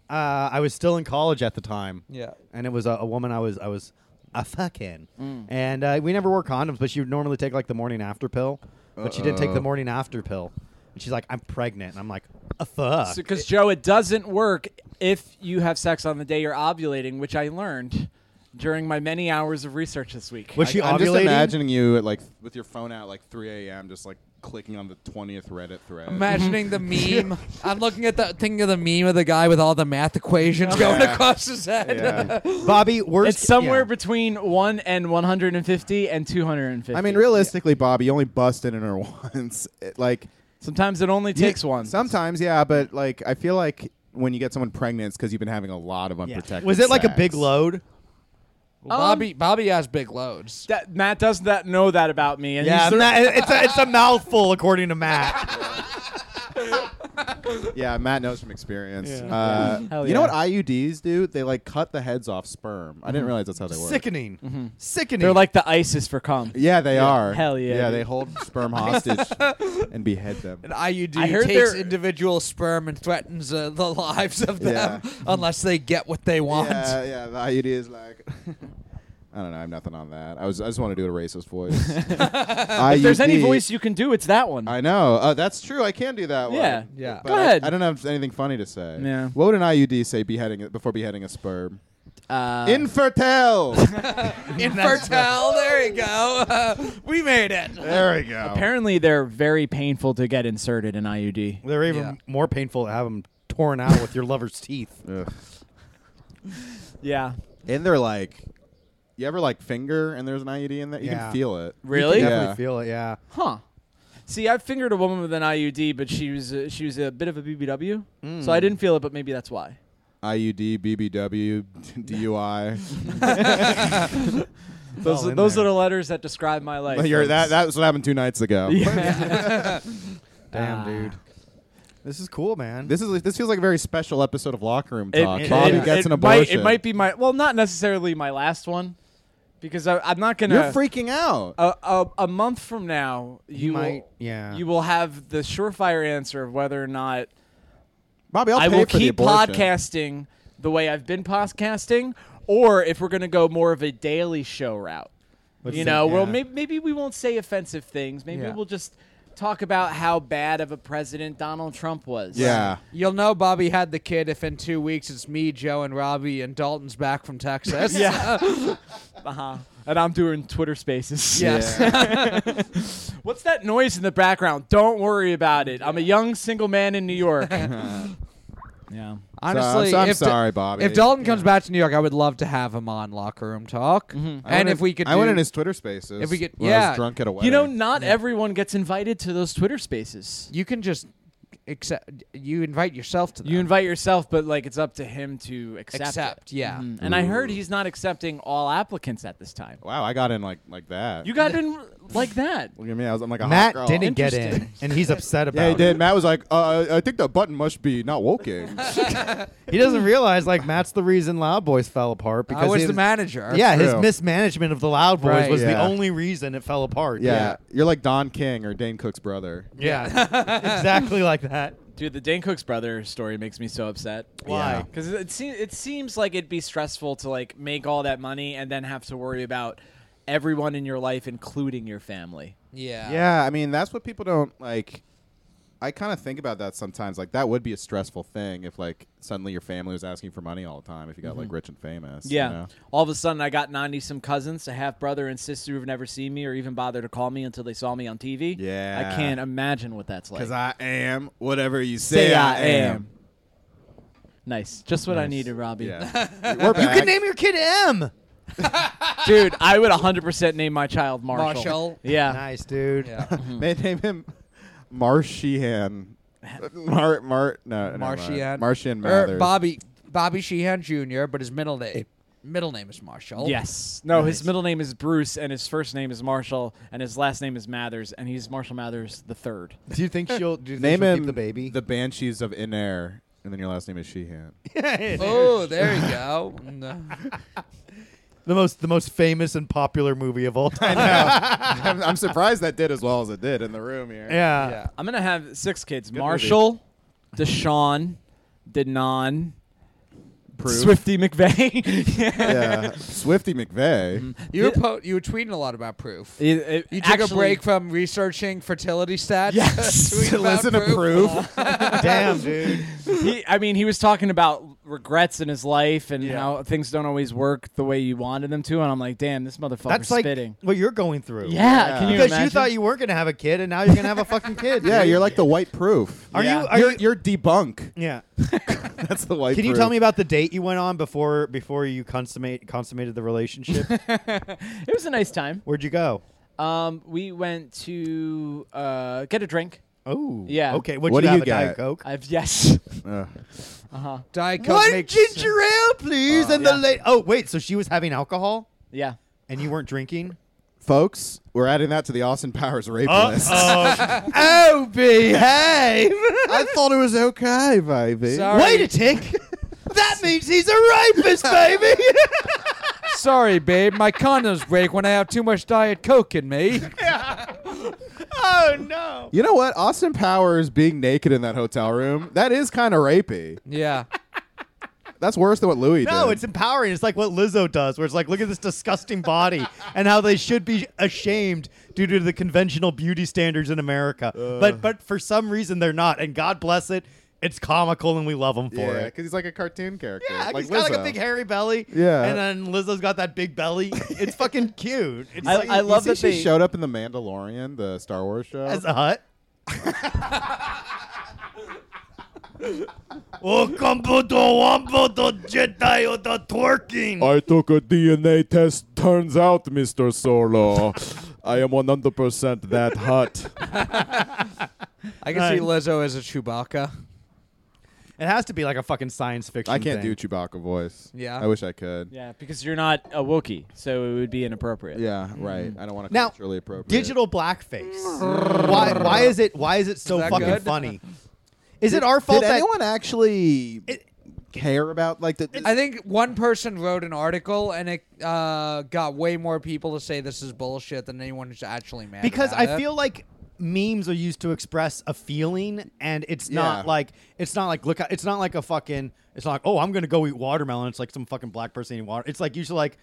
Uh, I was still in college at the time.
Yeah.
And it was a, a woman I was I was a fucking.
Mm.
And uh, we never wore condoms, but she would normally take like the morning after pill, but she didn't take the
Uh-oh.
morning after pill. And she's like, "I'm pregnant." And I'm like, "A fuck."
Because Joe, it doesn't work if you have sex on the day you're ovulating, which I learned during my many hours of research this week.
was she
I'm
ovulating?
just imagining you at like with your phone out like 3 a.m. just like clicking on the 20th Reddit thread.
Imagining the meme. I'm looking at the thinking of the meme of the guy with all the math equations going
Yeah.
across his head.
yeah.
Bobby, worst.
It's somewhere
yeah.
between one and 150 and 250.
I mean, realistically, Bobby, you only busted in her once. It, like
sometimes it only
you-
takes one.
Sometimes, yeah, but like I feel like when you get someone pregnant, it's because you've been having a lot of
Yeah.
unprotected.
Was it like a
sex.
big load?
Well, Bobby Bobby has big loads.
That- Matt does that know that about me, and he's
Matt- it's a, it's a mouthful according to Matt.
Yeah, Matt knows from experience.
Yeah.
Uh,
Hell
You know what
yeah.
IUDs do? They like cut the heads off sperm. I
Mm-hmm.
didn't realize that's how they work.
Sickening,
Mm-hmm.
sickening.
they're like the ISIS for cum.
Yeah, they are.
Hell yeah,
Yeah,
dude.
they hold sperm hostage and behead them.
An IUD
I heard
takes
they're-
individual sperm and threatens uh, the lives of them
Yeah.
unless they get what they want.
Yeah, yeah. The IUD is like. I don't know. I have nothing on that. I was. I just want to do it a racist voice.
If there's any
IUD
voice you can do, it's that one.
I know. Oh, that's true. I can do that one.
Yeah.
Yeah.
But
Go
I-
ahead.
I, don't have anything funny to say.
Yeah.
What would an IUD say beheading before beheading a sperm?
Uh,
Infertile.
Infertile. There you go. Uh, we made it.
there we go.
apparently, they're very painful to get inserted in IUD.
they're even
Yeah.
more painful to have them torn out with your lover's teeth.
Ugh.
Yeah.
And they're like, you ever like finger and there's an IUD in there? You
Yeah.
can feel it.
Really?
Yeah.
Definitely feel it. Yeah.
Huh. See, I fingered a woman with an IUD, but she was a, she was a bit of a BBW,
Hmm.
so I didn't feel it. But maybe that's why.
IUD, BBW, DUI.
Those
all
are,
in
those
there.
are the letters that describe my life.
You're, that that was what happened two nights ago.
Yeah.
Damn,
Ah.
dude. This is cool, man.
This is this feels like a very special episode of Locker Room
It-
Talk.
it-
Uh, Bobby
it-
gets
it
an
might-
abortion.
it might be my well, not necessarily my last one, because I, I'm not
You're
gonna.
freaking out.
a, a, a month from now, you
might-
will,
yeah.
you will have the surefire answer of whether or not
Bobby, I'll
I
pay
will
for the
keep
abortion.
podcasting the way I've been podcasting, or if we're going to go more of a daily show route. you
say-
know, well,
yeah.
maybe, maybe we won't say offensive things. Maybe
Yeah.
we'll just talk about how bad of a president Donald Trump was.
Yeah.
You'll know Bobby had the kid if in two weeks it's me, Joe, and Robbie, and Dalton's back from Texas.
Yeah. uh huh. And I'm doing Twitter spaces.
Yes.
What's that noise in the background? Don't worry about it. I'm a young single man in New York. yeah.
Honestly,
So- so I'm
if Da-
sorry, Bobby.
If Dalton comes back to New York, I would love to have him on locker room talk.
I went
And
in-
if we could,
I
do,
went in his Twitter Spaces.
if we could-
when I
yeah.
was drunk at a
You
wedding.
know, not everyone gets invited to those Twitter spaces.
you can just accept. You invite yourself to them.
You invite yourself, but like it's up to him to accept. it.
Accept, yeah.
Mhm. And I heard he's not accepting all applicants at this time.
wow, I got in like like that.
You got in like that.
Look at me. I was, I'm like a hot
Matt
girl.
didn't get in,
Interesting.
and he's upset about
Yeah, he
it.
did. Matt was like, uh, I think the button must be not woking.
He doesn't realize like Matt's the reason Loud Boys fell apart because
I was
he
the manager.
Yeah, his
True.
mismanagement of the Loud Boys
Right.
was the
Yeah.
only reason it fell apart.
Yeah, you're like Don King or Dane Cook's brother.
Yeah. exactly like that.
Dude, the Dan Cook's brother story makes me so upset.
Why?
Because it, se- it seems like it'd be stressful to like make all that money and then have to worry about everyone in your life, including your family.
yeah,
Yeah, I mean that's what people don't like. I kind of think about that sometimes. Like that would be a stressful thing if like suddenly your family was asking for money all the time if you got like rich and famous. you
Yeah.
know?
All of a sudden, I got 90 some cousins, a half brother and sister who've never seen me or even bothered to call me until they saw me on TV.
Yeah.
I can't imagine what that's like.
Because I am whatever you say,
Say
I,
I
am.
am. nice. Just what I needed, Robbie.
Yeah. We're
You
back.
could name your kid M.
Dude, I would 100% name my child Marshall.
Marshall.
Yeah.
Nice, dude.
Yeah.
They name him Marshian. Mar Mar no, no
Martian.
Er,
Marshian
Or
Mathers.
Er, Bobby Bobby Sheehan Jr., but his middle name middle name is Marshall.
Yes. No,
Nice.
his middle name is Bruce, and his first name is Marshall, and his last name is Mathers, and he's Marshall Mathers the third.
Do you think she'll do you think
Name
she'll
him
keep the baby?
The Banshees of Inair, and then your last name is Sheehan.
Oh, there you go. Mm, uh, No.
The most the most famous and popular movie of all time.
I'm, I'm surprised that did as well as it did in the room here.
yeah.
Yeah.
I'm gonna have six kids:
movie.
Marshall, Deshaun, Denon,
Proof.
Swifty McVeigh. yeah.
yeah. Swifty McVeigh.
Mm-hmm.
You were po- you were tweeting a lot about proof.
It- it-
You took a
actually-
break from researching fertility stats.
Yes.
tweeting
To
about
listen to proof.
Damn, dude.
he, I mean, he was talking about regrets in his life and how things don't always work the way you wanted them to, and I'm like, damn, this motherfucker's
That's like
spitting.
what you're going through.
Yeah, can you
Because
imagine?
you thought you weren't gonna have a kid, and now you're gonna have a fucking kid.
yeah,
dude.
you're like the white proof.
Are
Yeah.
you? Are
you're,
you?
you're debunk.
Yeah.
That's the white
Can you
proof.
tell me about the date you went on before before you consummate consummated the relationship?
it was a nice time.
Where'd you go?
Um, we went to uh, get a drink.
Oh.
Yeah.
Okay. What'd
What
you
do
have?
you
a Diet
got?
Coke.
I've yes.
Ugh.
Diet Coke
One
makes-
ginger ale, please, and
yeah.
the late. Oh wait, so she was having alcohol
Yeah.
and you weren't drinking.
Folks, we're adding that to the Austin Powers rape list.
oh, behave!
I thought it was okay, baby.
Sorry.
Wait a tick. That means he's a rapist, baby.
Sorry, babe. My condoms break when I have too much Diet Coke in me.
oh no.
You know what? Austin Powers being naked in that hotel room, that is kind of rapey.
Yeah.
That's worse than what Louis did.
No, it's empowering. It's like what Lizzo does, where it's like, look at this disgusting body and how they should be ashamed due to the conventional beauty standards in America. but but for some reason they're not, and God bless it, it's comical and we love them for
yeah,
it.
because he's like a cartoon character.
Yeah,
like
he's got like a
Lizzo.
big hairy belly.
Yeah.
and then Lizzo's got that big belly. It's fucking cute. It's
I-
like,
I
You
love
see
that
she
they-
showed up in the Mandalorian, the Star Wars show.
as a hut. Welcome to Oh, the Wambo the Jedi or the twerking.
I took a DNA test. Turns out, Mr. Solo, I am 100% that hot.
I can see Lizzo as a Chewbacca.
It has to be like a fucking science fiction.
I can't
thing.
do Chewbacca voice.
Yeah.
I wish I could.
Yeah, because you're not a Wookiee, so it would be inappropriate.
Yeah, right. I don't want to
Now,
culturally appropriate.
digital blackface. why? Why is it? Why is it so
that
fucking
good?
funny? Is it our fault
Did
that
anyone actually
It-
care about like the?
I think one person wrote an article and it uh, got way more people to say this is bullshit than anyone who's actually mad.
because
about
I
it.
feel like memes are used to express a feeling, and it's not
Yeah.
like it's not like look, it's not like a fucking. It's not like oh, I'm gonna go eat watermelon. It's like some fucking black person eating water. It's like usually like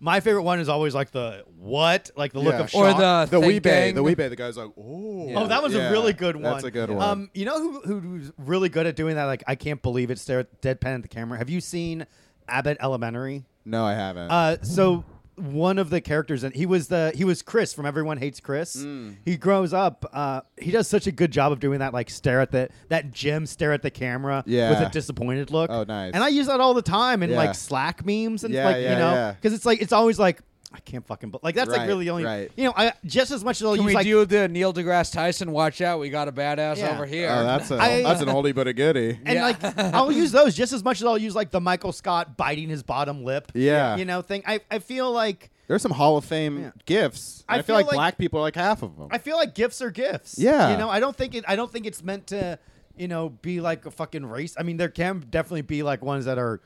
my favorite one is always like the what, like the look
Yeah.
of
Or
shock.
the
the
thinking.
Weebay, the Weebay, the guy's like, oh,
Oh, that was
Yeah,
a really good one.
That's a good one.
Um, you know who who's really good at doing that? Like, I can't believe it. Stare at deadpan at the camera. Have you seen Abbott Elementary?
no, I haven't.
Uh, so one of the characters, and he was the he was Chris from Everyone Hates Chris.
Mm.
He grows up. Uh, he does such a good job of doing that, like stare at the that Jim stare at the camera with
Yeah.
a disappointed look.
Oh, nice.
And I use that all the time in
Yeah.
like Slack memes and
Yeah,
like
yeah,
you know
yeah.
because it's like it's always like. I can't fucking. But like that's
Right,
like really the only.
right.
You know, I just as much as I'll
Can
use
we
like
do the Neil deGrasse Tyson? Watch out, we got a badass
Yeah.
over here.
oh, that's a
I- uh,
that's an oldie but a goodie.
And
Yeah.
like I'll use those just as much as I'll use like the Michael Scott biting his bottom lip.
Yeah.
You know, thing. I, I feel like
There's some Hall of Fame
Yeah.
gifts.
I
I, I
feel
feel like,
like-
black people are like half of them.
I feel like gifts are gifts.
Yeah.
You know, I don't think it I don't think it's meant to, you know, be like a fucking race. I mean, there can definitely be like ones that are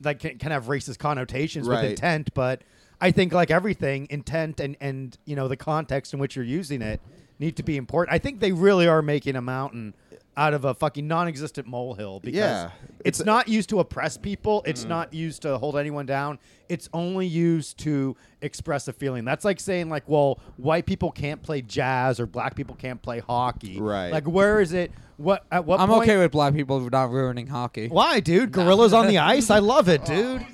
that can, can have racist connotations
Right.
with intent, but I think like everything, intent and and you know, the context in which you're using it need to be important. I think they really are making a mountain out of a fucking non-existent molehill because
Yeah.
it's, not used to oppress people. It's not used to hold anyone down. It's only used to express a feeling. That's like saying like, well, white people can't play jazz or black people can't play hockey.
Right.
Like, where is it? What at what
I'm
point?
okay with black people not ruining hockey.
Why, dude? Gorillas on the ice. I love it, dude.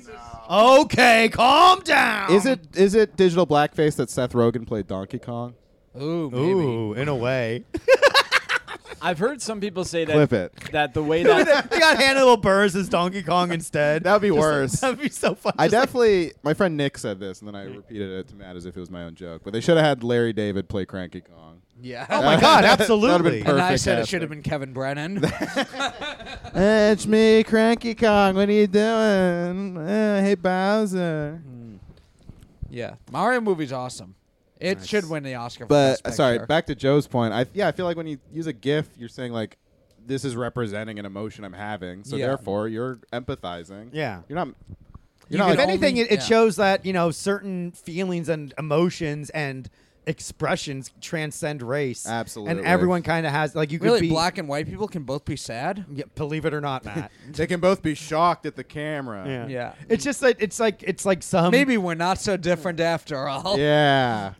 Okay, calm down.
Is it is it digital blackface that Seth Rogen played Donkey Kong?
Ooh, maybe.
Ooh, in a way.
I've heard some people say that
Clip it.
that the way that
they got Hannibal Burrs as Donkey Kong instead.
That would be
Just like-
worse.
that'd be so funny.
I definitely, my friend Nick said this, and then I repeated it to Matt as if it was my own joke. But they should have had Larry David play Cranky Kong.
Yeah.
oh my god, absolutely.
That'd have been
and I
perfect
said it
casting.
should have been Kevin Brennan.
It's me, Cranky Kong. What are you doing? Uh, hey, Bowser.
yeah. Mario movie's awesome. It should win the Oscar.
But
for
uh,
Best
sorry,
Picture.
back to Joe's point. I yeah, I feel like when you use a GIF, you're saying like, this is representing an emotion I'm having. So
Yeah.
therefore, you're empathizing.
Yeah.
You're not.
You
You're not.
if
like,
anything,
only-
it, it
yeah.
shows that you know certain feelings and emotions and expressions transcend race.
Absolutely.
and everyone kind of has like you could
really,
be Um,
black and white people can both be sad.
Yeah, believe it or not, Matt.
they can both be shocked at the camera.
Yeah.
it's just like it's like it's like some
Maybe we're not so different after all.
Yeah.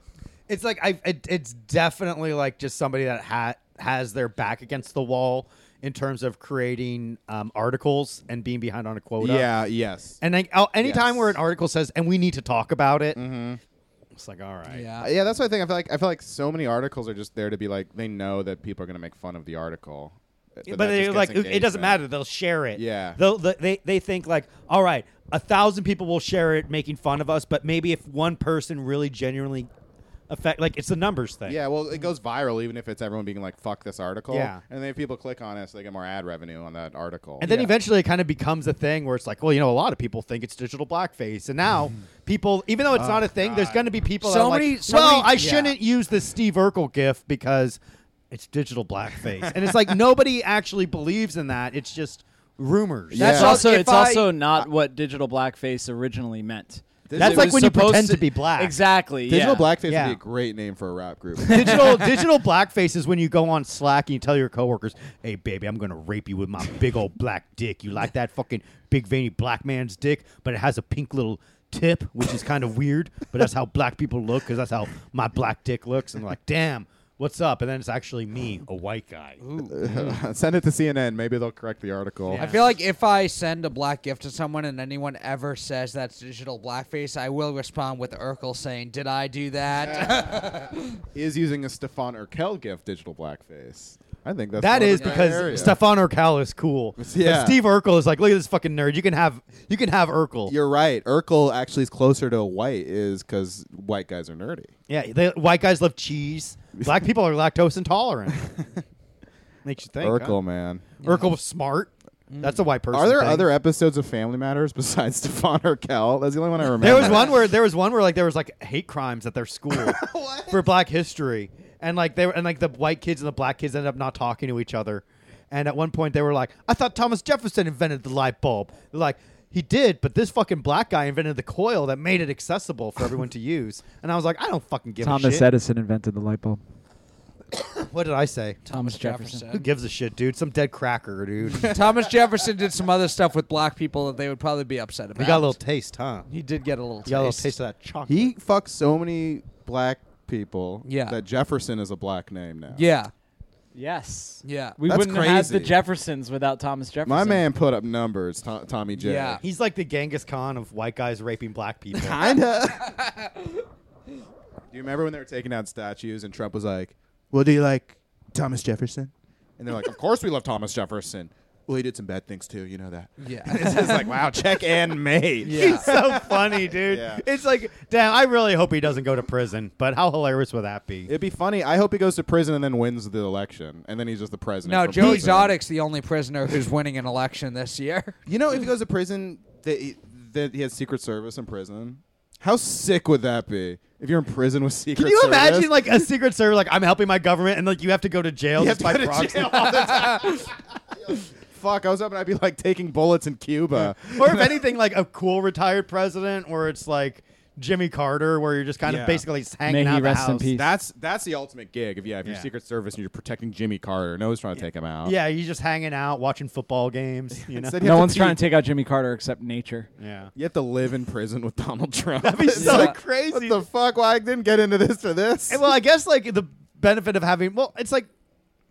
It's like I. It, it's definitely like just somebody that ha- has their back against the wall in terms of creating um, articles and being behind on a quota.
Yeah. Yes.
And like I'll- anytime
Yes. Mm-hmm.
where an article says, "And we need to talk about it," it's like, all right.
Yeah.
Uh, yeah, that's what I think. I feel like I feel like so many articles are just there to be like they know that people are gonna make fun of the article, Uh,
But,
that just
they
gets
like, it- it doesn't
engagement.
matter. They'll share it.
Yeah.
They'll, they they they think like, all right, a thousand people will share it, making fun of us. But maybe if one person really genuinely affect, like, it's a numbers thing.
Yeah, well, it goes viral even if it's everyone being like, "Fuck this article."
Yeah.
and then if people click on it, so they get more ad revenue on that article.
And then
Yeah.
eventually it kind of becomes a thing where it's like, well, you know, a lot of people think it's digital blackface. And now people, even though it's
Oh,
not a thing, there's going to be people that
So
are like,
many- so
well,
many-
I
yeah.
shouldn't use this Steve Urkel gif because it's digital blackface. and it's like nobody actually believes in that. It's just rumors.
Yeah.
that's
So
also
if
it's
I-
also not what digital blackface originally meant.
That's
It
like
was
when you
supposed
pretend to be black.
Exactly.
digital
yeah.
blackface
Yeah.
would be a great name for a rap group.
digital digital blackface is when you go on Slack and you tell your coworkers, "Hey, baby, I'm gonna rape you with my big old black dick. You like that fucking big veiny black man's dick, but it has a pink little tip, which is kind of weird. But that's how black people look, because that's how my black dick looks. And they're like, damn, what's up? And then it's actually me, a white guy.
Send it to CNN. Maybe they'll correct the article.
I feel like if I send a black gift to someone and anyone ever says that's digital blackface, I will respond with Urkel saying, "Did I do that?"
Is using a Stefan Urkel gif digital blackface? I think that's
That
more of
is
a gray
because
area.
Stefan Urkel is cool.
Yeah.
But Steve Urkel is like, look at this fucking nerd. You can have you can have Urkel.
You're right. Urkel actually is closer to a white is because white guys are nerdy.
yeah, they, white guys love cheese. Black people are lactose intolerant. Makes you think. huh?
Urkel, man.
Urkel was smart. That's a white person.
Are there
thing.
other episodes of Family Matters besides Stefan Urkel? That's the only one I remember.
There was one where there was one where like there was like hate crimes at their school for Black History, and like they were and like the white kids and the black kids ended up not talking to each other, and at one point they were like, "I thought Thomas Jefferson invented the light bulb." They're like. He did, but this fucking black guy invented the coil that made it accessible for everyone to use. And I was like, I don't fucking give a shit.
Edison invented the light bulb.
What did I say?
Thomas
Who gives a shit, dude? Some dead cracker, dude. he
Thomas Jefferson did some other stuff with black people that they would probably be upset about.
got a little taste, huh?
He did get a little.
He got a little
taste.
taste of that chocolate.
He fucks so many black people
Yeah.
that Jefferson is a black name now.
Yeah.
Yes.
Yeah.
We
That's
wouldn't have had the
crazy.
Jeffersons without Thomas Jefferson.
My man put up numbers, To- Tommy J.
Yeah.
He's like the Genghis Khan of white guys raping black people.
Kinda. do you remember when they were taking down statues and Trump was like, Well, do you like Thomas Jefferson? And they're like, Of course we love Thomas Jefferson. Well, he did some bad things too, you know that.
Yeah.
it's just like, wow, check and mate.
He's so funny, dude.
Yeah.
It's like, damn, I really hope he doesn't go to prison, but how hilarious would that be?
It'd be funny. I hope he goes to prison and then wins the election, and then he's just the president.
No,
for
Joe
prison.
Exotic's the only prisoner who's winning an election this year.
You know, if he goes to prison, that he, that he has Secret Service in prison. How sick would that be? If you're in prison with Secret
Can you
Service?
imagine like a secret service like I'm helping my government and like you have to go to jail
You have
just
to
by
go to
proxy?
jail all the time. Fuck, I was up and I'd be like taking bullets in Cuba.
or if anything, like a cool retired president where it's like Jimmy Carter, where you're just kind
Yeah.
of basically just hanging
May he
out of the
rest in
house.
peace.
That's that's the ultimate gig. If yeah, if
Yeah.
you're Secret Service and you're protecting Jimmy Carter, no one's trying to take him out.
Yeah, he's just hanging out, watching football games. You know,
Instead, you
No
have
one's
to
trying
be-
to take out Jimmy Carter except nature.
yeah.
You have to live in prison with Donald Trump.
That'd be
It's
so
like,
crazy.
What the fuck? Why I didn't get into this for this?
And, well, I guess like the benefit of having well, it's like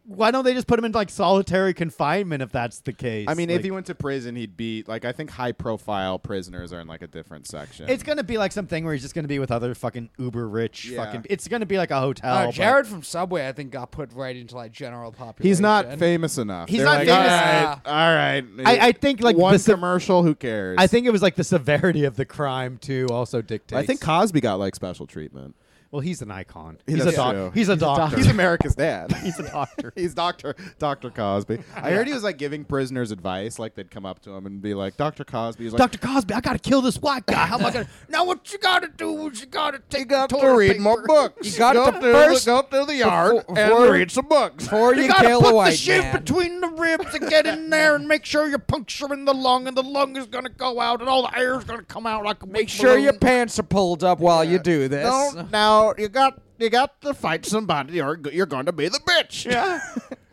why don't they just put him in like solitary confinement if that's the case?
I mean,
like,
if he went to prison, he'd be like I think high profile prisoners are in like a different section.
It's gonna be like something where he's just gonna be with other fucking uber rich
Yeah.
fucking. It's gonna be like a hotel.
Uh,
Oh, but-
Jared from Subway, I think, got put right into like general population.
he's not famous enough.
He's
They're
not
like,
famous
enough.
All right, all right.
I, I think like
one
the se-
commercial. Who cares?
I think it was like the severity of the crime too also dictates.
I think Cosby got like special treatment.
Well, he's an icon.
Yeah,
He's a,
that's
doc-
true.
he's a doctor.
He's America's dad.
He's a doctor.
He's Doctor Doctor Cosby. I heard he was like giving prisoners advice. Like they'd come up to him and be like, "Doctor Cosby." He's like,
Dr. Cosby, I gotta kill this white guy. How am I gonna? now what you gotta do is you gotta take the
to
toilet
read
paper.
more books.
You got
go
to
the-
first-
go to the yard
before- before-
and read some books.
Or you,
You gotta
kill
put
a white
the shoe
man.
between the ribs and get in there and make sure you're puncturing the lung, and the lung is gonna go out, and all the air is gonna come out like a
Make sure your pants are pulled up while you do this.
now you got you got to fight somebody, or you're going to be the bitch.
Yeah.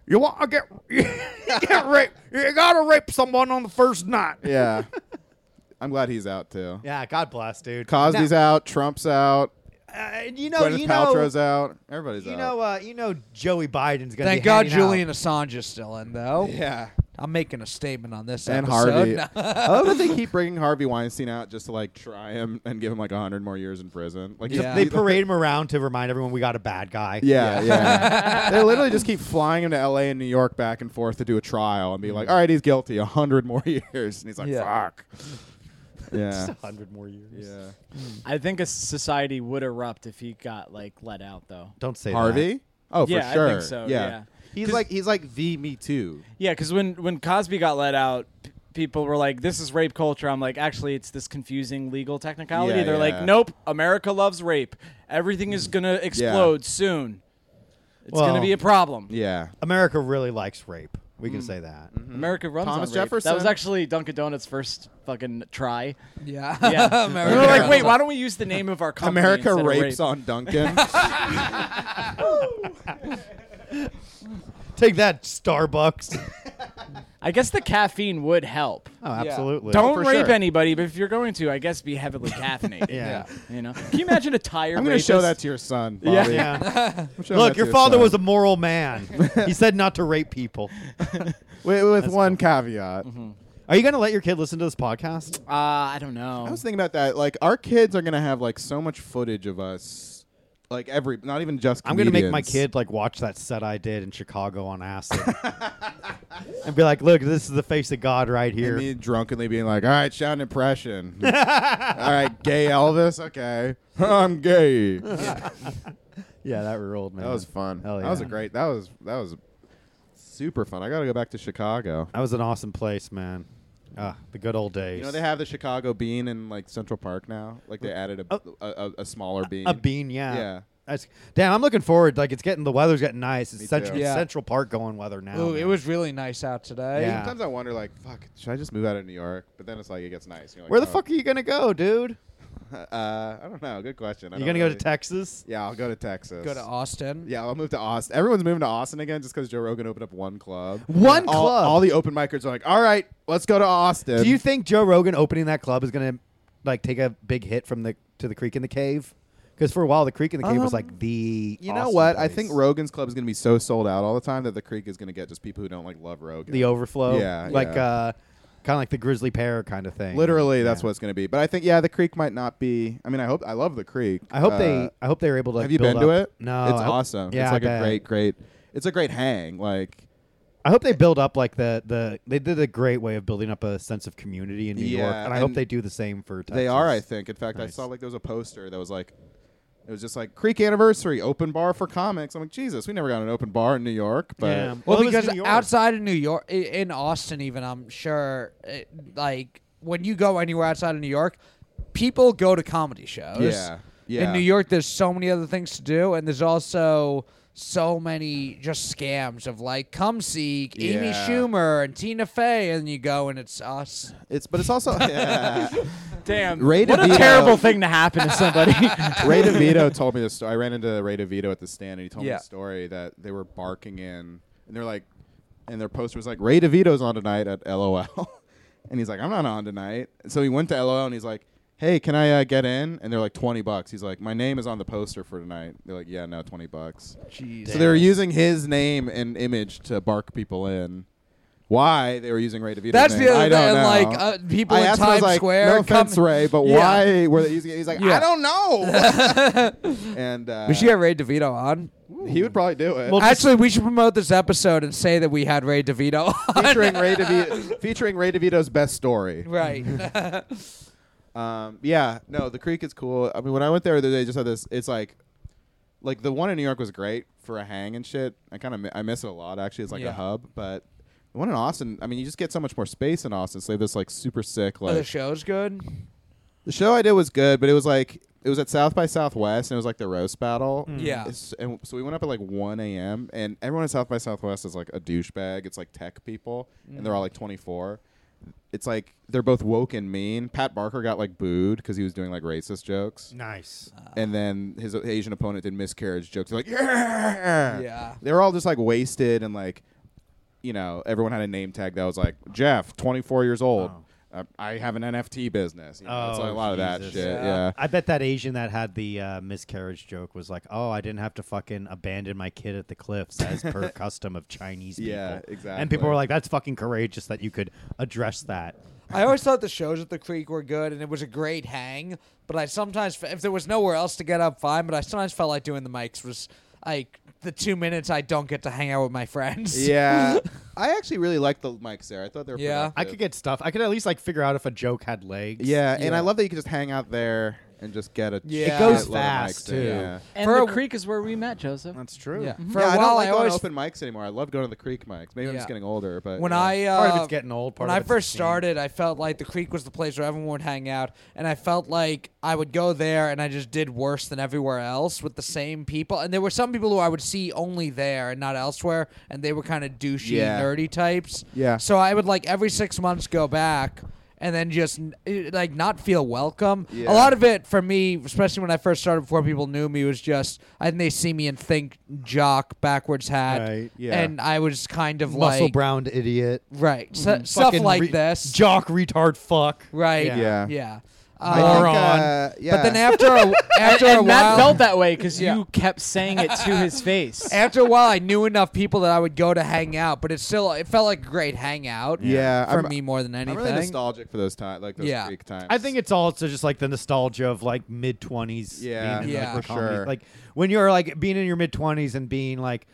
You want to get you get raped? You gotta rape someone on the first night.
Yeah, I'm glad he's out too.
Yeah, God bless, dude.
Cosby's out, Trump's out,
Uh, you know,
Gwyneth
you know,
Paltrow's out, everybody's
you
out.
know, uh, you know, Joey Biden's gonna.
Thank
be
God
handing out-
Julian Assange is still in, though.
yeah,
I'm making a statement on this
and Harvey.
episode.
I love that they keep bringing Harvey Weinstein out just to like try him and give him like hundred more years in prison. Like
Yeah.
They parade him around to remind everyone we got a bad guy.
Yeah, yeah. they literally just keep flying him to L.A. and New York back and forth to do a trial and be
Mm.
like, "All right, he's guilty. A hundred more years." And he's like,
Yeah.
"Fuck." Yeah.
hundred more years.
yeah.
I think a society would erupt if he got like let out though.
Don't say
Harvey. Oh, for
yeah,
sure.
I think so. yeah.
He's like he's like the Me Too.
Yeah, because when when Cosby got let out, p- people were like, "This is rape culture." I'm like, actually, it's this confusing legal technicality.
Yeah,
They're
yeah. Mm.
like, "Nope, America loves rape. Everything is gonna explode soon. It's
Well-
gonna be a problem."
Yeah.
that. America really likes rape. We
Mm.
can say that.
America runs
Thomas
on rape. That was
Jefferson.
actually Dunkin' Donuts' first fucking try.
yeah.
Yeah, we
America
were like,
runs
"Wait,
on-
why don't we use the name of our company?"
America
instead of
rapes
rape?
on Duncan.
Take that, Starbucks.
I guess the caffeine would help.
oh, absolutely.
Don't
for
rape
sure.
anybody, but if you're going to, I guess be heavily caffeinated.
Yeah.
You know, can you imagine a tire?
I'm gonna show that
rapist?
to your son.
Yeah.
Bobby.
Yeah.
I'm showing that
Look,
to
your father
son.
was a moral man. he said not to rape people.
with, with one caveat.
Mm-hmm.
Are you going to let your kid listen to this podcast?
Uh, I don't know.
I was thinking about that. Like our kids are gonna have like so much footage of us. Like every, not even just.
I'm going to make my
comedians.
kid like watch that set I did in Chicago on acid and be like, "Look, this is the face of God right
And
here."
me drunkenly being like, "All right, shout an impression. All right, gay Elvis. Okay, I'm gay. That
yeah, that ruled, man.
was fun.
Hell
That was a
yeah.
great. That was that was super fun. I got to go back to Chicago.
That was an awesome place, man. Ah, the good old days.
You know they have the Chicago Bean in like Central Park now. Like they added a a, a, a smaller bean.
Oh. a bean, yeah.
Yeah.
That's, damn, I'm looking forward. Like it's getting the weather's getting nice. It's
Me
central,
too.
it's
Yeah.
Central Park going weather now.
Ooh,
man.
it was really nice out today.
Yeah.
Sometimes I wonder, like, fuck, should I just move out of New York? But then it's like it gets nice. You're like,
Where the
oh,
fuck are you gonna go, dude?
Uh, I don't know. Good question. I
You
don't
gonna go to
really-
Texas?
Yeah, I'll go to Texas.
Go to Austin.
Yeah, I'll move to Austin. Everyone's moving to Austin again just because Joe Rogan opened up one club.
One
All,
club?
all the open micers are like, all right, let's go to Austin.
Do you think Joe Rogan opening that club is gonna like take a big hit from the to the Creek in the Cave? Because for a while, the Creek in the Cave was
Um,
like the.
you know
awesome
what? I
place.
think Rogan's club is going to be so sold out all the time that the Creek is going to get just people who don't like love Rogan.
the overflow,
Yeah,
like
yeah.
uh, kind of like the Grizzly Pear kind of thing.
Literally, that's
Yeah.
what it's going to be. But I think, yeah, the Creek might not be. I mean, I hope I love the Creek.
I hope
Uh,
they. I hope they're able to. like,
have you
build
been to
up-
it?
No,
it's
I hope-
awesome.
Yeah,
it's like
a
a great, great. It's a great hang. Like,
I hope they build up like the the they did a great way of building up a sense of community in New York,
Yeah,
and I hope
and
they do the same for Texas.
They are, I think. In fact, I
Nice.
saw like there was a poster that was like, it was just like Creek anniversary open bar for comics. I'm like, Jesus, we never got an open bar in New York, but
Yeah.
Well,
Well, it was
because
New York.
outside of New York, i- in Austin, even I'm sure, it, like when you go anywhere outside of New York, people go to comedy shows.
Yeah, yeah.
In New York, there's so many other things to do, and there's also so many just scams of like come seek Amy
Yeah.
Schumer and Tina Fey, and you go and it's us.
It's but it's also yeah.
Damn.
Ray
what
DeVito-
a terrible thing to happen to somebody.
Ray DeVito told me this story. I ran into Ray DeVito at the stand, and he told me
Yeah.
the story that they were barking in, and they're like, and their poster was like, "Ray DeVito's on tonight at LOL," and he's like, "I'm not on tonight." And so he went to LOL, and he's like, "Hey, can I uh, get in?" And they're like, 20 bucks." He's like, "My name is on the poster for tonight." They're like, "Yeah, no, 20 bucks."
Jeez.
So they were using his name and image to bark people in. Why they were using Ray DeVito's
That's
name,
the other
I don't
thing,
know.
like, uh, people
I
in
asked him, I was
Times
like,
Square
No offense,
come-
Ray, but
Yeah.
why were they using it? He's like,
Yeah.
I don't know. and uh,
we should have Ray DeVito on.
he would probably do it.
Well,
Actually, we should promote this episode and say that we had Ray DeVito on.
featuring Ray DeVito, featuring Ray DeVito's best story.
right.
Um, yeah, no, the creek is cool. I mean, when I went there the other day, just had this. It's like, like the one in New York was great for a hang and shit. I kind of mi- I miss it a lot actually. It's like
Yeah.
a hub, but the one in Austin. I mean, you just get so much more space in Austin. So they have this like super sick
Are
like
the show's good.
The show I did was good, but it was like it was at South by Southwest, and it was like the roast battle.
Yeah.
It's- and so we went up at like 1 a.m. and everyone at South by Southwest is like a douchebag. It's like tech people, and they're all like 24. It's like they're both woke and mean. Pat Barker got like booed because he was doing like racist jokes,
Nice.
Ah.
and then his Asian opponent did miscarriage jokes. They're like, yeah,
Yeah.
They were all just like wasted and like, you know, everyone had a name tag that was like Jeff, 24 years old.
Oh.
Uh, I have an NFT business. You know, it's
Oh,
like a lot of that
Jesus.
shit.
Yeah.
Yeah.
I bet that Asian that had the uh, miscarriage joke was like, "Oh, I didn't have to fucking abandon my kid at the cliffs as per custom of Chinese people."
Yeah,
And people
exactly.
were like, "That's fucking courageous that you could address that."
I always thought the shows at the Creek were good, and it was a great hang. But I sometimes, if there was nowhere else to get up, fine. But I sometimes felt like doing the mics was like the two minutes I don't get to hang out with my friends.
Yeah. I actually really liked the mics there. I thought they were
Yeah.
I could get stuff. I could at least like figure out if a joke had legs.
Yeah, and
Yeah.
I love that you could just hang out there and just get a
Yeah. It
shitload
goes
of
fast,
mics in.
too.
Yeah.
and
For
the
a-
creek is where we met, Joseph.
That's true.
Yeah.
Yeah.
For
I
a
don't
while,
like
I
going
always-
to open mics anymore. I love going to the creek mics. Maybe I'm
Yeah.
just getting older, but
When
yeah.
I uh,
Part of it's getting old. Part
when
of
I
it's
first
the scene.
started, I felt like the creek was the place where everyone would hang out, and I felt like I would go there and I just did worse than everywhere else with the same people. And there were some people who I would see only there and not elsewhere, and they were kind of douchey,
Yeah.
nerdy types.
Yeah.
So I would like every six months go back. And then just eh, like not feel welcome.
Yeah.
A lot of it for me, especially when I first started, before people knew me, was just I think they see me and think jock backwards hat,
Right,
yeah.
and I was kind of like
muscle browned idiot.
Right. So,
Mm-hmm.
stuff
Fucking
like
re-
this.
Jock retard fuck.
right.
Yeah.
Yeah.
Yeah.
I
Uh,
Moron.
think, uh, yeah.
But then after a,
and,
after a
and Matt
while,
felt that way because
Yeah.
you kept saying it to his face.
after a while, I knew enough people that I would go to hang out. But it still it felt like a great hangout.
Yeah,
For
I'm-
me more than
I'm
anything.
really nostalgic for those times, like those
Yeah.
creek times.
I think it's also just like the nostalgia of like mid twenties.
Yeah,
being in,
Yeah.
like,
for
the comedy-
sure.
Like when you're like being in your mid twenties and being like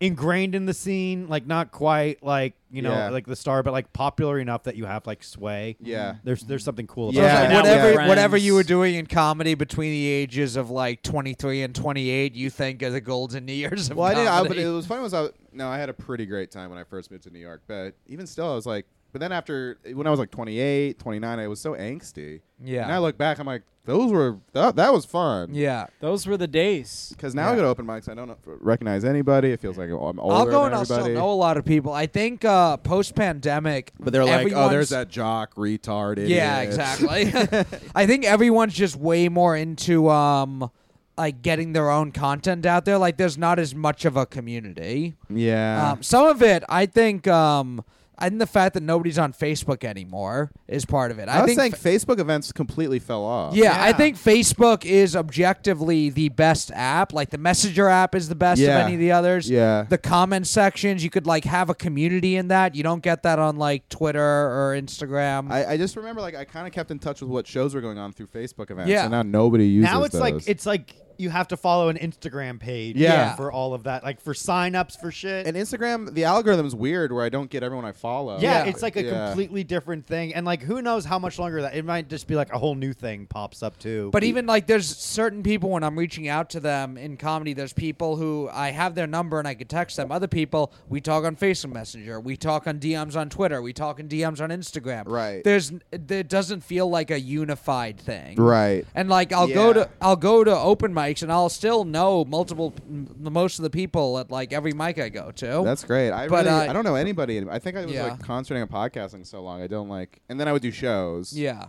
ingrained in the scene, like not quite like you know
Yeah.
like the star, but like popular enough that you have like sway.
Yeah.
there's there's something cool about
Yeah.
that.
Yeah.
whatever
Yeah.
whatever you were
Friends.
doing in comedy between the ages of like 23 and 28, you think are the golden years of
Well, I
comedy.
didn't. I, but it was funny. Was I? No, I had a pretty great time when I first moved to New York. But even still, I was like. But then after when I was like 28, 29, I was so angsty.
Yeah.
And I look back, I'm like, those were that, that was fun.
yeah.
Those were the days.
Because now I go to open mics, I don't recognize anybody. It feels like I'm older
I'll go
than
and I'll still
everybody.
know a lot of people. I think uh, post pandemic,
but they're like, oh, there's
that.
that jock retard. Idiot.
Yeah, exactly. I think everyone's just way more into um like getting their own content out there. Like there's not as much of a community.
Yeah.
Um, some of it, I think. Um, I think the fact that nobody's on Facebook anymore is part of it.
I,
I,
was
think.
saying Facebook events completely fell off.
yeah, I
Yeah.
think Facebook is objectively the best app. Like the Messenger app is the best
Yeah.
of any of the others.
Yeah.
The comment sections, you could like have a community in that. You don't get that on like Twitter or Instagram.
I, I just remember like I kind of kept in touch with what shows were going on through Facebook events,
Yeah.
and now nobody uses.
Now it's like
those.
it's like you have to follow an Instagram page.
Yeah.
Yeah.
for all of that, like for signups for shit.
and Instagram. The algorithm's weird, where I don't get everyone I follow.
yeah, it's like a
Yeah.
completely different thing, and like who knows how much longer that it might just be like a whole new thing pops up too.
But even like there's certain people when I'm reaching out to them in comedy, there's people who I have their number and I could text them. Other people we talk on Facebook Messenger, we talk on DMs on Twitter, we talk in DMs on Instagram.
Right.
There's it doesn't feel like a unified thing.
Right.
And like I'll go
Yeah.
to I'll go to open mics mics, and I'll still know multiple, m- most of the people at like every mic I go to.
That's great. I
But,
really,
uh,
I don't know anybody. I think I was
Yeah.
like concerting and podcasting so long. I don't like, and then I would do shows.
yeah,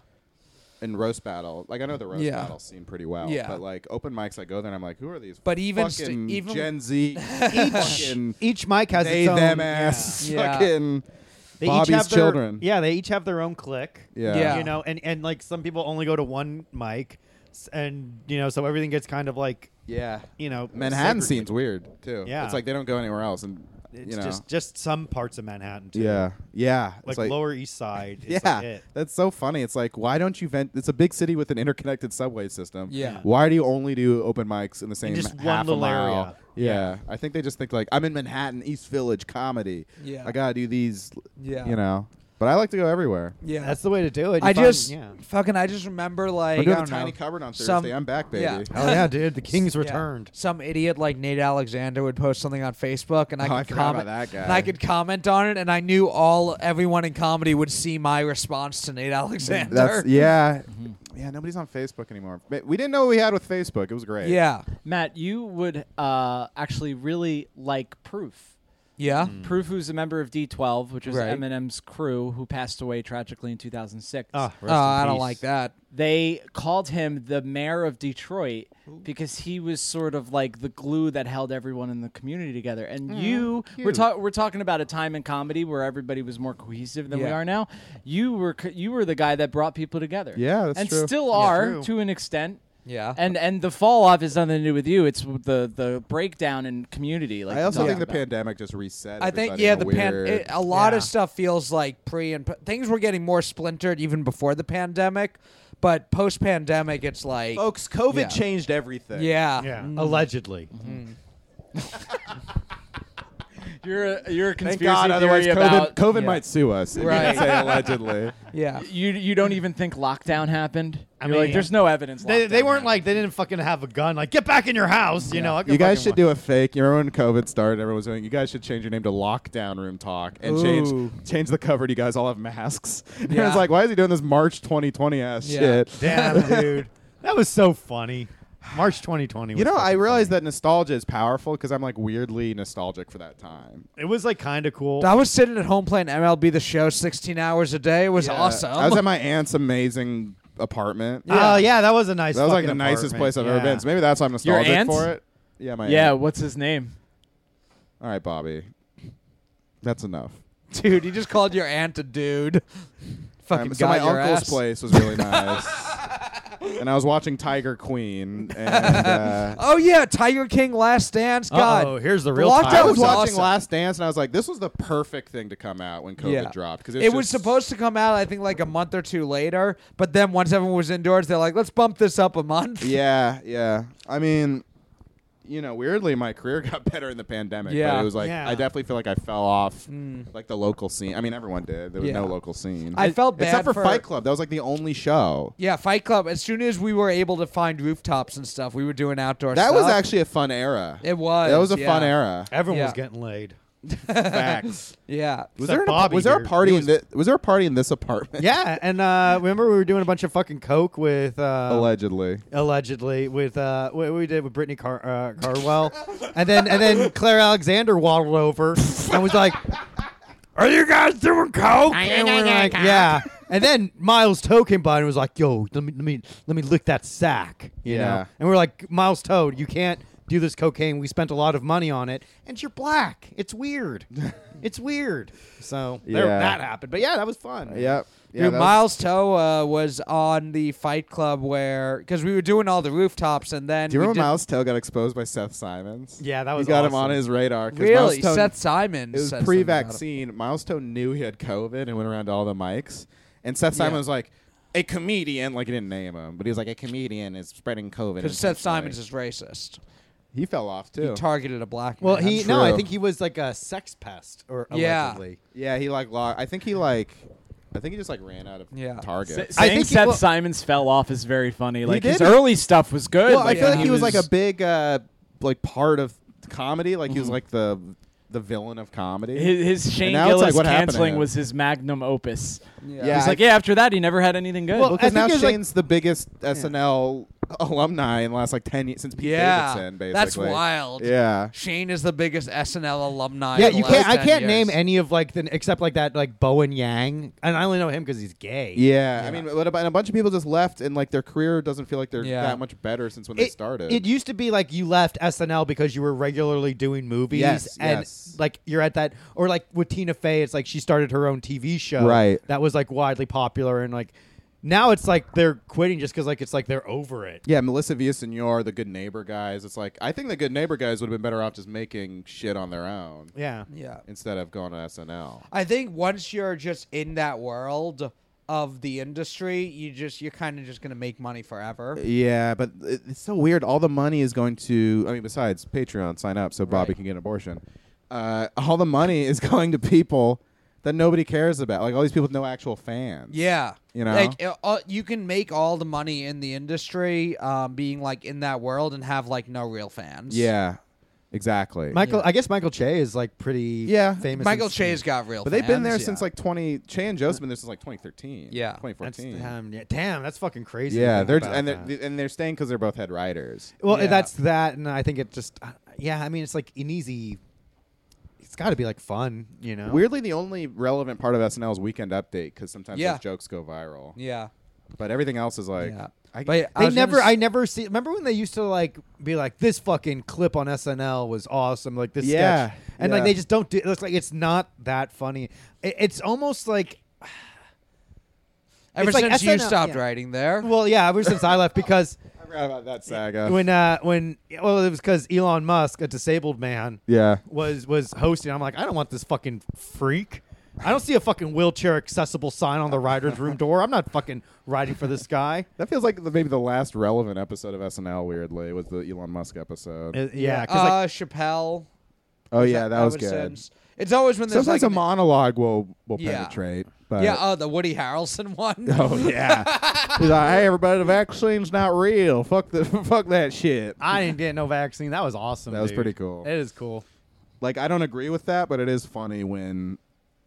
And roast battle, like I know the roast
Yeah.
battle scene pretty well.
Yeah.
But like open mics, I go there and I'm like, who are these?
But even st-
fucking
even-
Gen Z, fucking
Each mic has
they
its own.
them ass
Yeah.
fucking
They
Bobby's
each have their-
children.
Yeah, they each have their own clique.
yeah.
Yeah.
you know, and and like some people only go to one mic, s- and you know, so everything gets kind of like
Yeah.
you know
Manhattan
segregated.
scene's weird too.
Yeah.
It's like they don't go anywhere else, and
It's
you know.
just just some parts of Manhattan. Too.
yeah. Yeah. It's
like, Lower East Side. Is
yeah,
like it.
that's so funny. It's like, why don't you vent? It's a big city with an interconnected subway system.
Yeah.
Why do you only do open mics in the same
just one
half
little
a mile?
area.
Yeah. I think they just think like, I'm in Manhattan, East Village comedy.
Yeah.
I gotta do these.
Yeah.
You know, but I like to go everywhere.
yeah.
That's the way to do it. You
I
find-
just
yeah.
fucking I just remember like
I'm doing
I
the
don't
tiny
know,
cupboard on Thursday.
some-
I'm back, baby.
yeah.
Oh yeah, dude! The King's
Yeah.
returned.
Some idiot like Nate Alexander would post something on Facebook, and I
Oh,
could
I forgot
comment.
about that guy.
And I could comment on it, and I knew all everyone in comedy would see my response to Nate Alexander.
That's yeah,
Mm-hmm.
yeah. Nobody's on Facebook anymore. Ma- We didn't know what we had with Facebook. It was great.
yeah,
Matt, you would uh, actually really like Proof.
yeah.
Mm, Hmm.
Proof, who's a member of D12, which is
Right.
Eminem's crew, who passed away tragically in 2006.
Ah,
Oh, I don't like that.
They called him the mayor of Detroit because he was sort of like the glue that held everyone in the community together. And
Mm,
you, we're, ta- we're talking about a time in comedy where everybody was more cohesive than we
Yeah.
are now. You were co- you were the guy that brought people together.
Yeah, that's
and
true.
still are
true.
to an extent.
Yeah.
and and the fall off has nothing to do with you. It's w- the the breakdown in community. Like
I
you
also
talked
think the
about.
pandemic just reset.
I think
everybody
yeah,
in a
the pan.
weird-
It, a lot
Yeah.
of stuff feels like pre and p- things were getting more splintered even before the pandemic, but post pandemic, it's like
folks, COVID
Yeah.
changed everything.
yeah,
Yeah, Mm-hmm. allegedly.
You're a, you're a
Thank
conspiracy
God. Otherwise,
theory
COVID,
about
COVID
yeah.
might sue us. if you
Right.
Say allegedly.
yeah.
you. You don't even think lockdown happened. I mean,
mean-
like, there's no evidence.
They, they
lockdown
weren't like they didn't fucking have a gun. Like get back in your house. You know. I can
you guys
fucking
should do a fake. You remember when COVID started? Everyone was doing. You guys should change your name to Lockdown Room Talk and
Ooh.
change change the cover. to You guys all have masks. And
Yeah.
It's like, why is he doing this March 2020 ass
Yeah.
shit?
Damn, dude, that was so funny. March 2020. Was
You know, I
fucking
realize
funny.
that nostalgia is powerful because I'm like weirdly nostalgic for that time.
it was like kind of cool.
I was sitting at home playing MLB the Show 16 hours a day. It was
Yeah.
awesome.
Uh, I was at my aunt's amazing apartment.
Oh yeah, that was a nice.
that was like
fucking
the nicest
apartment.
place I've ever
Yeah.
been. So maybe that's why I'm nostalgic
aunt?
for it. Yeah, my
Yeah,
aunt.
what's his name?
All right, Bobby. That's enough.
dude, you just called your aunt a dude. Fucking
Um, so
got
my
your
uncle's
ass.
place was really nice. and I was watching Tiger Queen and uh,
Oh yeah, Tiger King Last Dance. God,
Uh-oh, here's the
The
real.
lockdown
Tiger
I was
was
watching
awesome.
Last Dance and I was like this was the perfect thing to come out when COVID
Yeah.
dropped because
it was
just-
supposed to come out I think like a month or two later, but then once everyone was indoors, they're like, let's bump this up a month.
Yeah, yeah. I mean, you know, weirdly, my career got better in the pandemic. But
Yeah. Mm.
it was like,
Yeah.
I definitely feel like I fell off like the local scene. I mean, everyone did. There was no
Yeah.
local scene.
I felt bad
Except for,
for-
Fight Club. That was like the only show.
Yeah, Fight Club. As soon as we were able to find rooftops and stuff, we were doing outdoor
That
stuff.
was actually a fun era.
It was,
That was a fun
yeah.
era.
Everyone was
Yeah.
getting laid.
Facts.
yeah.
Except
was there, an, ap-
Bobby,
was there a
dude.
party
He
in this? Was there a party in this apartment?
Yeah, and uh, remember we were doing a bunch of fucking coke with uh,
Allegedly.
allegedly with uh, what we did with Brittany Car- uh, Carwell, and then and then Claire Alexander waddled over and was like, "Are you guys doing coke?"
Are you
And
guys
we're
doing
like,
coke?
"Yeah." And then Miles Toad came by and was like, "Yo, let me let me let me lick that sack," you
Yeah.
know. And we're like, "Miles Toad, you can't." Do this cocaine. We spent a lot of money on it, and you're black. It's weird. it's weird. So there,
Yeah.
that happened. But yeah, that was fun.
Yep. Yeah,
Dude,
that was-
Miles Toe uh, was on the Fight Club where because we were doing all the rooftops and then
Do you
we
remember
did-
Miles Tell got exposed by Seth Simons?
Yeah, that
He
was
got him
awesome.
on his radar. 'cause Miles
Really,
Tell-
Seth Simon.
It was
said something about
pre-vaccine. Miles Toe knew he had COVID and went around to all the mics. And Seth Simon
Yeah.
was like, a comedian, like he didn't name him, but he was like, a comedian is spreading COVID.
because Seth
intentionally."
Simons is racist.
he fell off too.
He targeted a black man.
Well, he no, I
True.
think he was like a sex pest or
Yeah.
allegedly.
yeah, he like, lo- I think he like, I think he just like ran out of
Yeah.
targets.
I
saying
think he
Seth
wa-
Simons fell off is very funny. Like his
did.
early stuff was good.
well, I feel
when
like he was, like a big, uh, like part of comedy. Like he was like the the villain of comedy.
His, his Shane
now it's
Gillis
like, what happened to
canceling
him?
was his magnum opus.
Yeah,
He's
I-
like, yeah. After that, he never had anything good.
Well,
because
I
now
think it's like-
Shane's the biggest SNL alumni in the last like ten years since Pete
Yeah,
Davidson. Basically,
that's wild.
Yeah,
Shane is the biggest SNL alumni.
yeah,
of the
you can't.
last
I
10
can't name
years.
any of like the except like that like Bowen Yang, and I only know him because he's gay.
yeah. I mean, what about, and a bunch of people just left, and like their career doesn't feel like they're
Yeah.
that much better since when they
It,
started.
it used to be like you left SNL because you were regularly doing movies,
Yes,
and
yes.
like you're at that, or like with Tina Fey, it's like she started her own TV show,
Right.
That was like widely popular, and like now it's like they're quitting just because like it's like they're over it.
yeah, Melissa Villaseñor, the Good Neighbor guys. It's like I think the Good Neighbor guys would have been better off just making shit on their own
Yeah,
Yeah.
instead of going to SNL.
I think once you're just in that world of the industry, you just you're kind of just gonna make money forever.
Yeah, but it- it's so weird. All the money is going to. I mean, besides Patreon, sign up so Bobby
Right.
can get an abortion. Uh, all the money is going to people that nobody cares about. Like all these people with no actual fans.
Yeah,
You know?
like it, all, you can make all the money in the industry, um, being like in that world and have like no real fans.
Yeah. Exactly.
Michael. I guess Michael Che is like pretty
Yeah.
famous.
Michael
and-
Che's got real.
but they've been
fans,
there
yeah.
since like 20. Che and Joseph been there since like 2013.
Yeah.
That's,
2014.
damn, yeah, damn, that's fucking crazy. to
yeah,
think
they're
about
and they're
that.
and they're staying because they're both head writers.
Well,
Yeah.
that's that, and I think it just, uh, yeah. I mean, it's like an easy. It's got to be like fun, you know.
Weirdly, the only relevant part of SNL is Weekend Update because sometimes
Yeah.
those jokes go viral.
yeah,
But everything else is like,
yeah.
I,
But I
They
was gonna
never,
s-
I never see. Remember when they used to like be like, "This fucking clip on SNL was awesome," like this
Yeah,
sketch, and like
yeah.
they just don't do. It's like it's not that funny. It, it's almost like,
ever
it's like
since you
SNL
stopped
yeah.
writing there.
well, yeah, ever since I left because
I forgot about that saga.
when, uh when, well, it was because Elon Musk, a disabled man,
yeah.
was was hosting. I'm like, I don't want this fucking freak. I don't see a fucking wheelchair accessible sign on the writer's room door. I'm not fucking writing for this guy.
That feels like the, maybe the last relevant episode of SNL. Weirdly, was the Elon Musk episode.
Uh, yeah, 'cause,
uh,
like,
Chappelle.
oh yeah, that, was
ever
good.
since. It's always when there's
Sometimes
like
a monologue will will
Yeah.
penetrate. But
yeah, oh, the Woody Harrelson one.
oh yeah. He's like, hey everybody, the vaccine's not real. Fuck the fuck that shit.
I didn't get no vaccine. That was awesome.
That was
dude.
pretty cool.
It is cool.
Like I don't agree with that, but it is funny when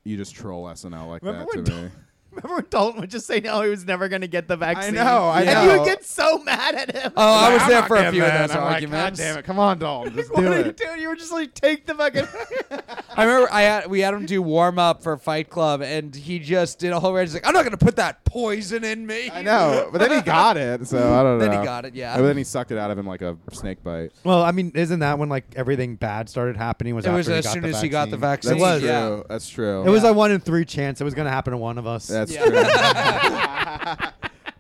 you just troll SNL like
Remember
that
when
to me.
Remember when Dalton would just say no, he was never going to get the vaccine.
know, I
and
know.
you would get so mad at him.
Oh, I was
I'm
there
not
for a
getting
few of
that.
those
I'm like, "God
arguments.
damn it, come on, Dalton, just
what
do
are you
it.
doing? You were just like, take the fucking.
I remember I had we had him do warm up for Fight Club, and he just did a whole range. He's like, I'm not gonna put that poison in me.
I know, but then he got it, so I don't know.
Then he got it, yeah.
But then he sucked it out of him like a snake bite.
well, I mean, isn't that when like everything bad started happening? Was
It was
after he
as
got
soon
the
as he got the vaccine.
That's
It was.
true.
yeah.
That's true.
It was a one in three chance. It was going to happen to one of us.
That's
Yeah.
true.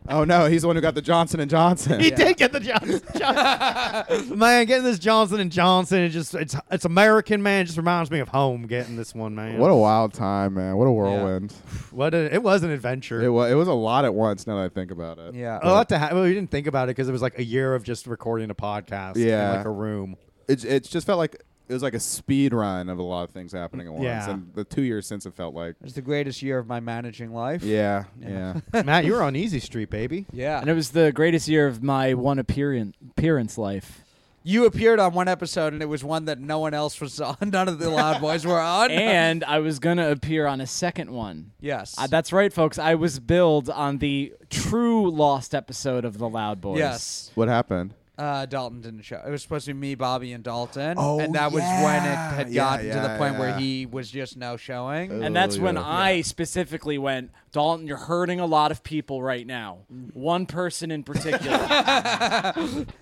oh no, he's the one who got the Johnson and Johnson.
He did get the Johnson. Johnson. man, getting this Johnson and Johnson, it just it's it's American, man. It just reminds me of home. Getting this one, man.
What a wild time, man! What a whirlwind!
what a, it was an adventure.
It was it was a lot at once. Now that I think about it,
Yeah.
a lot to ha- well, we didn't think about it because it was like a year of just recording a podcast
Yeah.
in like a room.
it it just felt like it was like a speed run of a lot of things happening at once.
Yeah.
And the two years since it felt like,
It's the greatest year of my managing life.
yeah, yeah.
Matt, you were on Easy Street, baby.
Yeah.
And it was the greatest year of my one appearance appearance life.
you appeared on one episode, and it was one that no one else was on. None of the Loud Boys were on.
And I was gonna appear on a second one.
yes.
Uh, that's right, folks. I was billed on the true lost episode of The Loud Boys.
yes.
what happened?
Uh, Dalton didn't show. It was supposed to be me, Bobby, and Dalton.
Oh,
and that was when it had
yeah,
gotten to the
yeah,
point where
yeah.
he was just no showing.
Uh,
And that's
Oh,
when
yeah.
I specifically went, Dalton, you're hurting a lot of people right now. One person in particular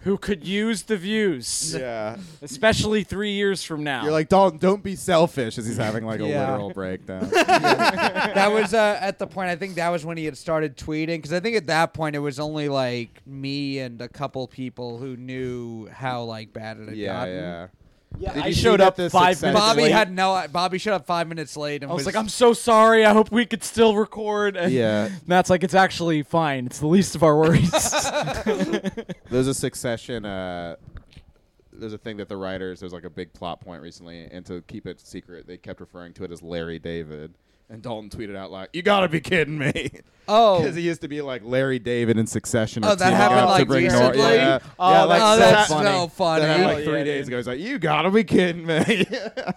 who could use the views,
Yeah,
especially three years from now.
you're like Dalton. Don't be selfish. As he's having like a
Yeah.
literal breakdown.
that was uh, at the point. I think that was when he had started tweeting because I think at that point it was only like me and a couple people who knew how like bad it had
yeah,
gotten.
yeah.
Yeah,
Did
I
you see
showed
that
up
the
five
success-
minutes
Bobby
late.
had no. Bobby showed up five minutes late and
I was like, I'm so sorry. I hope we could still record. And
Yeah.
Matt's like, it's actually fine. It's the least of our worries.
There's a succession. Uh, there's a thing that the writers. There's like a big plot point recently, and to keep it secret, they kept referring to it as Larry David. And Dalton tweeted out loud, "You gotta be kidding me!"
Oh.
because he used to be like Larry David in Succession. or
Oh, that
teaming
happened,
up to
like,
bring
recently?
Nor- yeah,
Oh,
yeah,
that's
like,
so
that-
funny.
that happened,
Oh,
like three
yeah,
days ago, he's like, "You gotta be kidding me!"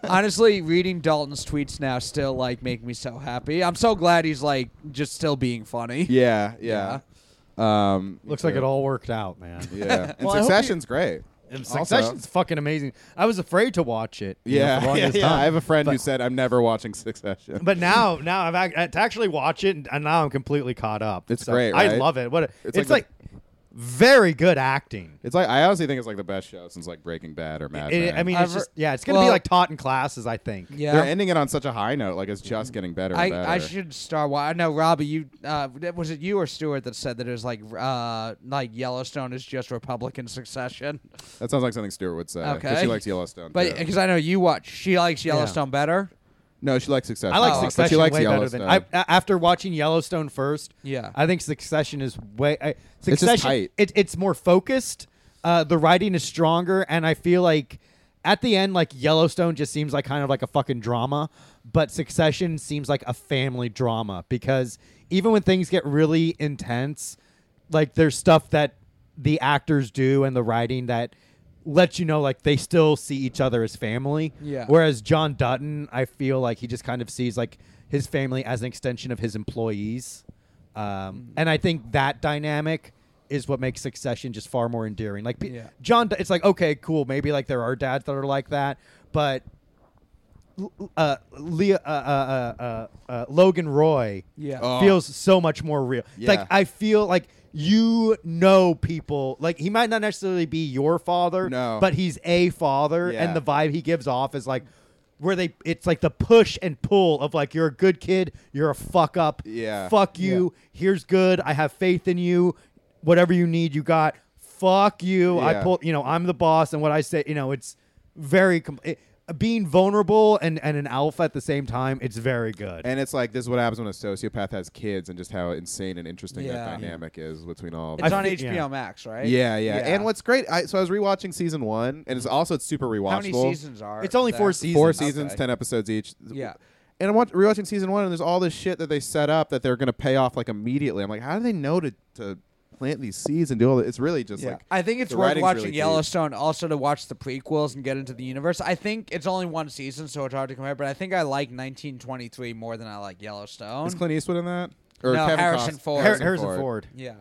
honestly, reading Dalton's tweets now still like make me so happy. I'm so glad he's like just still being funny.
yeah, yeah. Um,
Looks like it all worked out, man.
Yeah, and
Well, I hope
Succession's great.
And
Also-
Succession's fucking amazing. I was afraid to watch it. you know, for the
Yeah, yeah,
longest
yeah.
time.
I have a friend who said I'm never watching Succession.
But now, now I've act- to actually watch it, and now I'm completely caught up.
It's
So
great,
I
right?
love it. What a,
It's
it's,
like
like, very good acting.
It's like I honestly think it's like the best show since like Breaking Bad or Mad
It-
Men.
I mean,
I've
it's just
heard-
yeah, it's gonna
well-
be like taught in classes. I think.
Yeah. Mm-hmm.
they're ending it on such a high note. Like it's just getting better. And better.
I, I should start. Wa- I know, Robbie. You uh, th- was it you or Stewart that said that it was like uh, like Yellowstone is just Republican succession?
That sounds like something Stuart would say. 'cause
Okay.
she likes Yellowstone.
But
too.
because I know you watch, she likes Yellowstone better.
no, she likes Succession.
I like
Oh, But she
Succession
likes
way better
Yellowstone.
than I, a- after watching Yellowstone first.
Yeah.
I think Succession is way. I, Succession,
just tight.
It, it's more focused. Uh, the writing is stronger, and I feel like at the end, like Yellowstone just seems like kind of like a fucking drama, but Succession seems like a family drama because even when things get really intense, like there's stuff that the actors do and the writing that lets you know like they still see each other as family.
Yeah.
Whereas John Dutton, I feel like he just kind of sees like his family as an extension of his employees, um, and I think that dynamic is what makes Succession just far more endearing. Like pe-
Yeah.
John, Du- it's like okay, cool, maybe like there are dads that are like that, but l- uh, Leah, uh, uh, uh, uh, uh, Logan Roy
Yeah.
Oh.
feels so much more real. It's
Yeah.
Like I feel like you know people. Like he might not necessarily be your father,
No.
but he's a father,
Yeah.
and the vibe he gives off is like where they. It's like the push and pull of like you're a good kid, you're a fuck up,
Yeah.
fuck you. Here's good. I have faith in you. Whatever you need, you got. Fuck you. I
Yeah.
pull. You know, I'm the boss, and what I say. You know, it's very. Com- it- being vulnerable and, and an alpha at the same time, it's very good.
And it's like this is what happens when a sociopath has kids, and just how insane and interesting
Yeah.
that dynamic is between all. Of
It's
I
on
thi-
HBO
yeah.
Max, right?
yeah, yeah,
Yeah.
And what's great, I, so I was rewatching season one, and it's also it's super rewatchable.
How many seasons are?
It's only
there?
four seasons.
Four
Okay.
seasons, ten episodes each.
Yeah.
And I'm watch, rewatching season one, and there's all this shit that they set up that they're gonna pay off like immediately. I'm like, how do they know to, to plant these seeds and do all that? It's really just
Yeah.
like
I think it's
the
worth
writing's
watching
really deep.
Yellowstone also to watch the prequels and get into the universe. I think it's only one season, so it's hard to compare. But I think I like 1923 more than I like Yellowstone.
Is Clint Eastwood in that? Or
No,
Kevin
Harrison
Costner?
Ford.
Har- Harrison Ford.
yeah.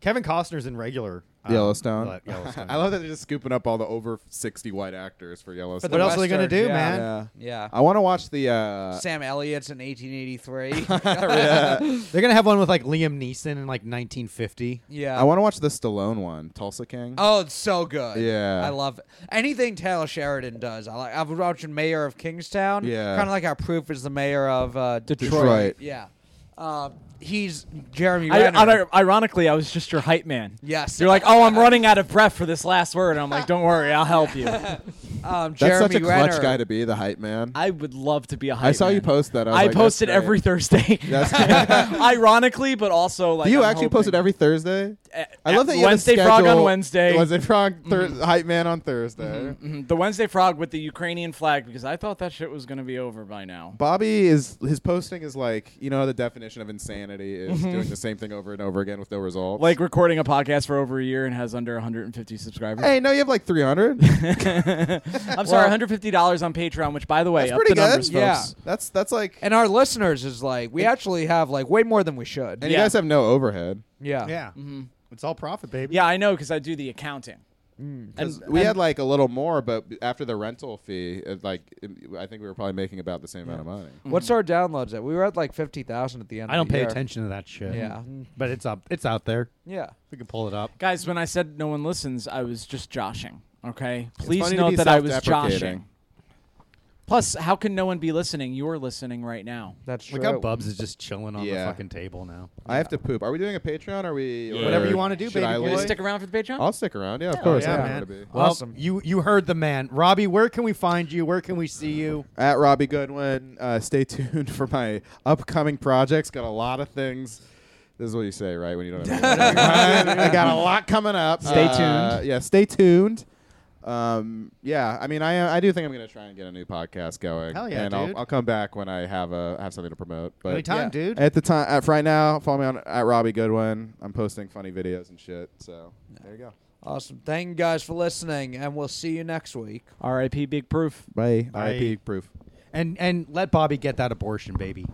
Kevin Costner's in regular um,
Yellowstone.
but Yellowstone.
I love that they're just scooping up all the over sixty white actors for Yellowstone.
what else are they
Western,
gonna do,
yeah.
man?
Yeah.
Yeah.
I want to watch the. Uh,
Sam Elliott's in 1883.
They're gonna have one with like Liam Neeson in like 1950.
yeah.
I want to watch the Stallone one, Tulsa King.
Oh, it's so good.
Yeah.
I love it. anything Taylor Sheridan does. I like. I was watching Mayor of Kingstown.
Yeah.
kind of like our proof is the mayor of uh, Detroit.
Detroit.
Yeah, um, he's Jeremy.
I,
Renner.
I- ironically, I was just your hype man.
Yes.
You're like, oh, I'm running out of breath for this last word. And I'm like, don't worry, I'll help you.
um,
That's
Jeremy
such a clutch
Renner.
guy to be, the hype man. I,
I would love to be a hype
saw you
man.
post that. I, was
I
like, that's
posted
great.
every Thursday.
That's
Ironically, but also like
Do you
I'm
actually
hoping- Eh,
post it every Thursday? I love that you have a
Wednesday Frog on
schedule-
Wednesday. Mm-hmm.
Wednesday Frog, thir- hype man on Thursday.
Mhm, The Wednesday Frog with the Ukrainian flag because I thought that shit was gonna be over by now.
Bobby is his posting is like you know how the definition of insanity is doing the same thing over and over again with no results.
Mm-hmm. Like recording a podcast for over a year and has under 150 subscribers.
hey, no, you have like three hundred.
I'm sorry, 150 dollars on Patreon. Which, by the way,
That's
up
pretty
the
good.
numbers,
Yeah.
folks.
that's that's like, and
And our listeners is like, we actually have like way more than we should.
And-
you
yeah.
guys have no overhead.
Yeah.
it's all profit, baby.
Yeah, I know because I do the accounting.
'Cause
And-
we
and-
had like a little more, but after the rental fee, it, like it- I think we were probably making about the same amount of money.
Mm-hmm.
Mm-hmm.
What's our downloads at? We were at like 50,000 at the end.
I don't
of the
pay
year.
attention to that shit.
Yeah.
but it's up. It's out there.
Yeah.
We can pull it up.
Guys, when I said no one listens, I was just joshing. Okay, please
funny to be
note that I was
self-deprecating.
joshing. Plus, how can no one be listening? You're listening right now.
That's true.
Look how Bubs is just chilling on
Yeah.
the fucking table now.
I have to poop. Are we doing a Patreon? Are we
Yeah.
Whatever you
want
wanna do,
should
baby
I
boy.
leave?
Boy.
Stick around for the Patreon.
I'll stick around. Oh, Yeah, of course.
yeah,
I'm
man.
gonna be.
Well,
Awesome.
You you heard the man, Robbie. Where can we find you? Where can we see you?
at Robbie Goodwin. Uh, stay tuned for my upcoming projects. Got a lot of things. This is what you say, right? When you don't have I got a lot coming up.
Stay
Uh, Yeah, stay tuned. Um, yeah, I mean, I I do think I'm gonna try and get a new podcast going.
Hell yeah,
and
dude.
I'll, I'll come back when I have a have something to promote. But
Anytime,
yeah.
dude.
At the time, at, for right now, follow me on at Robbie Goodwin. I'm posting funny videos and shit. So there you go.
Awesome. Thank you guys for listening, and we'll see you next week.
R.I.P. Big Proof.
Bye.
Bye.
R.I.P. Proof.
And and let Bobby get that abortion, baby.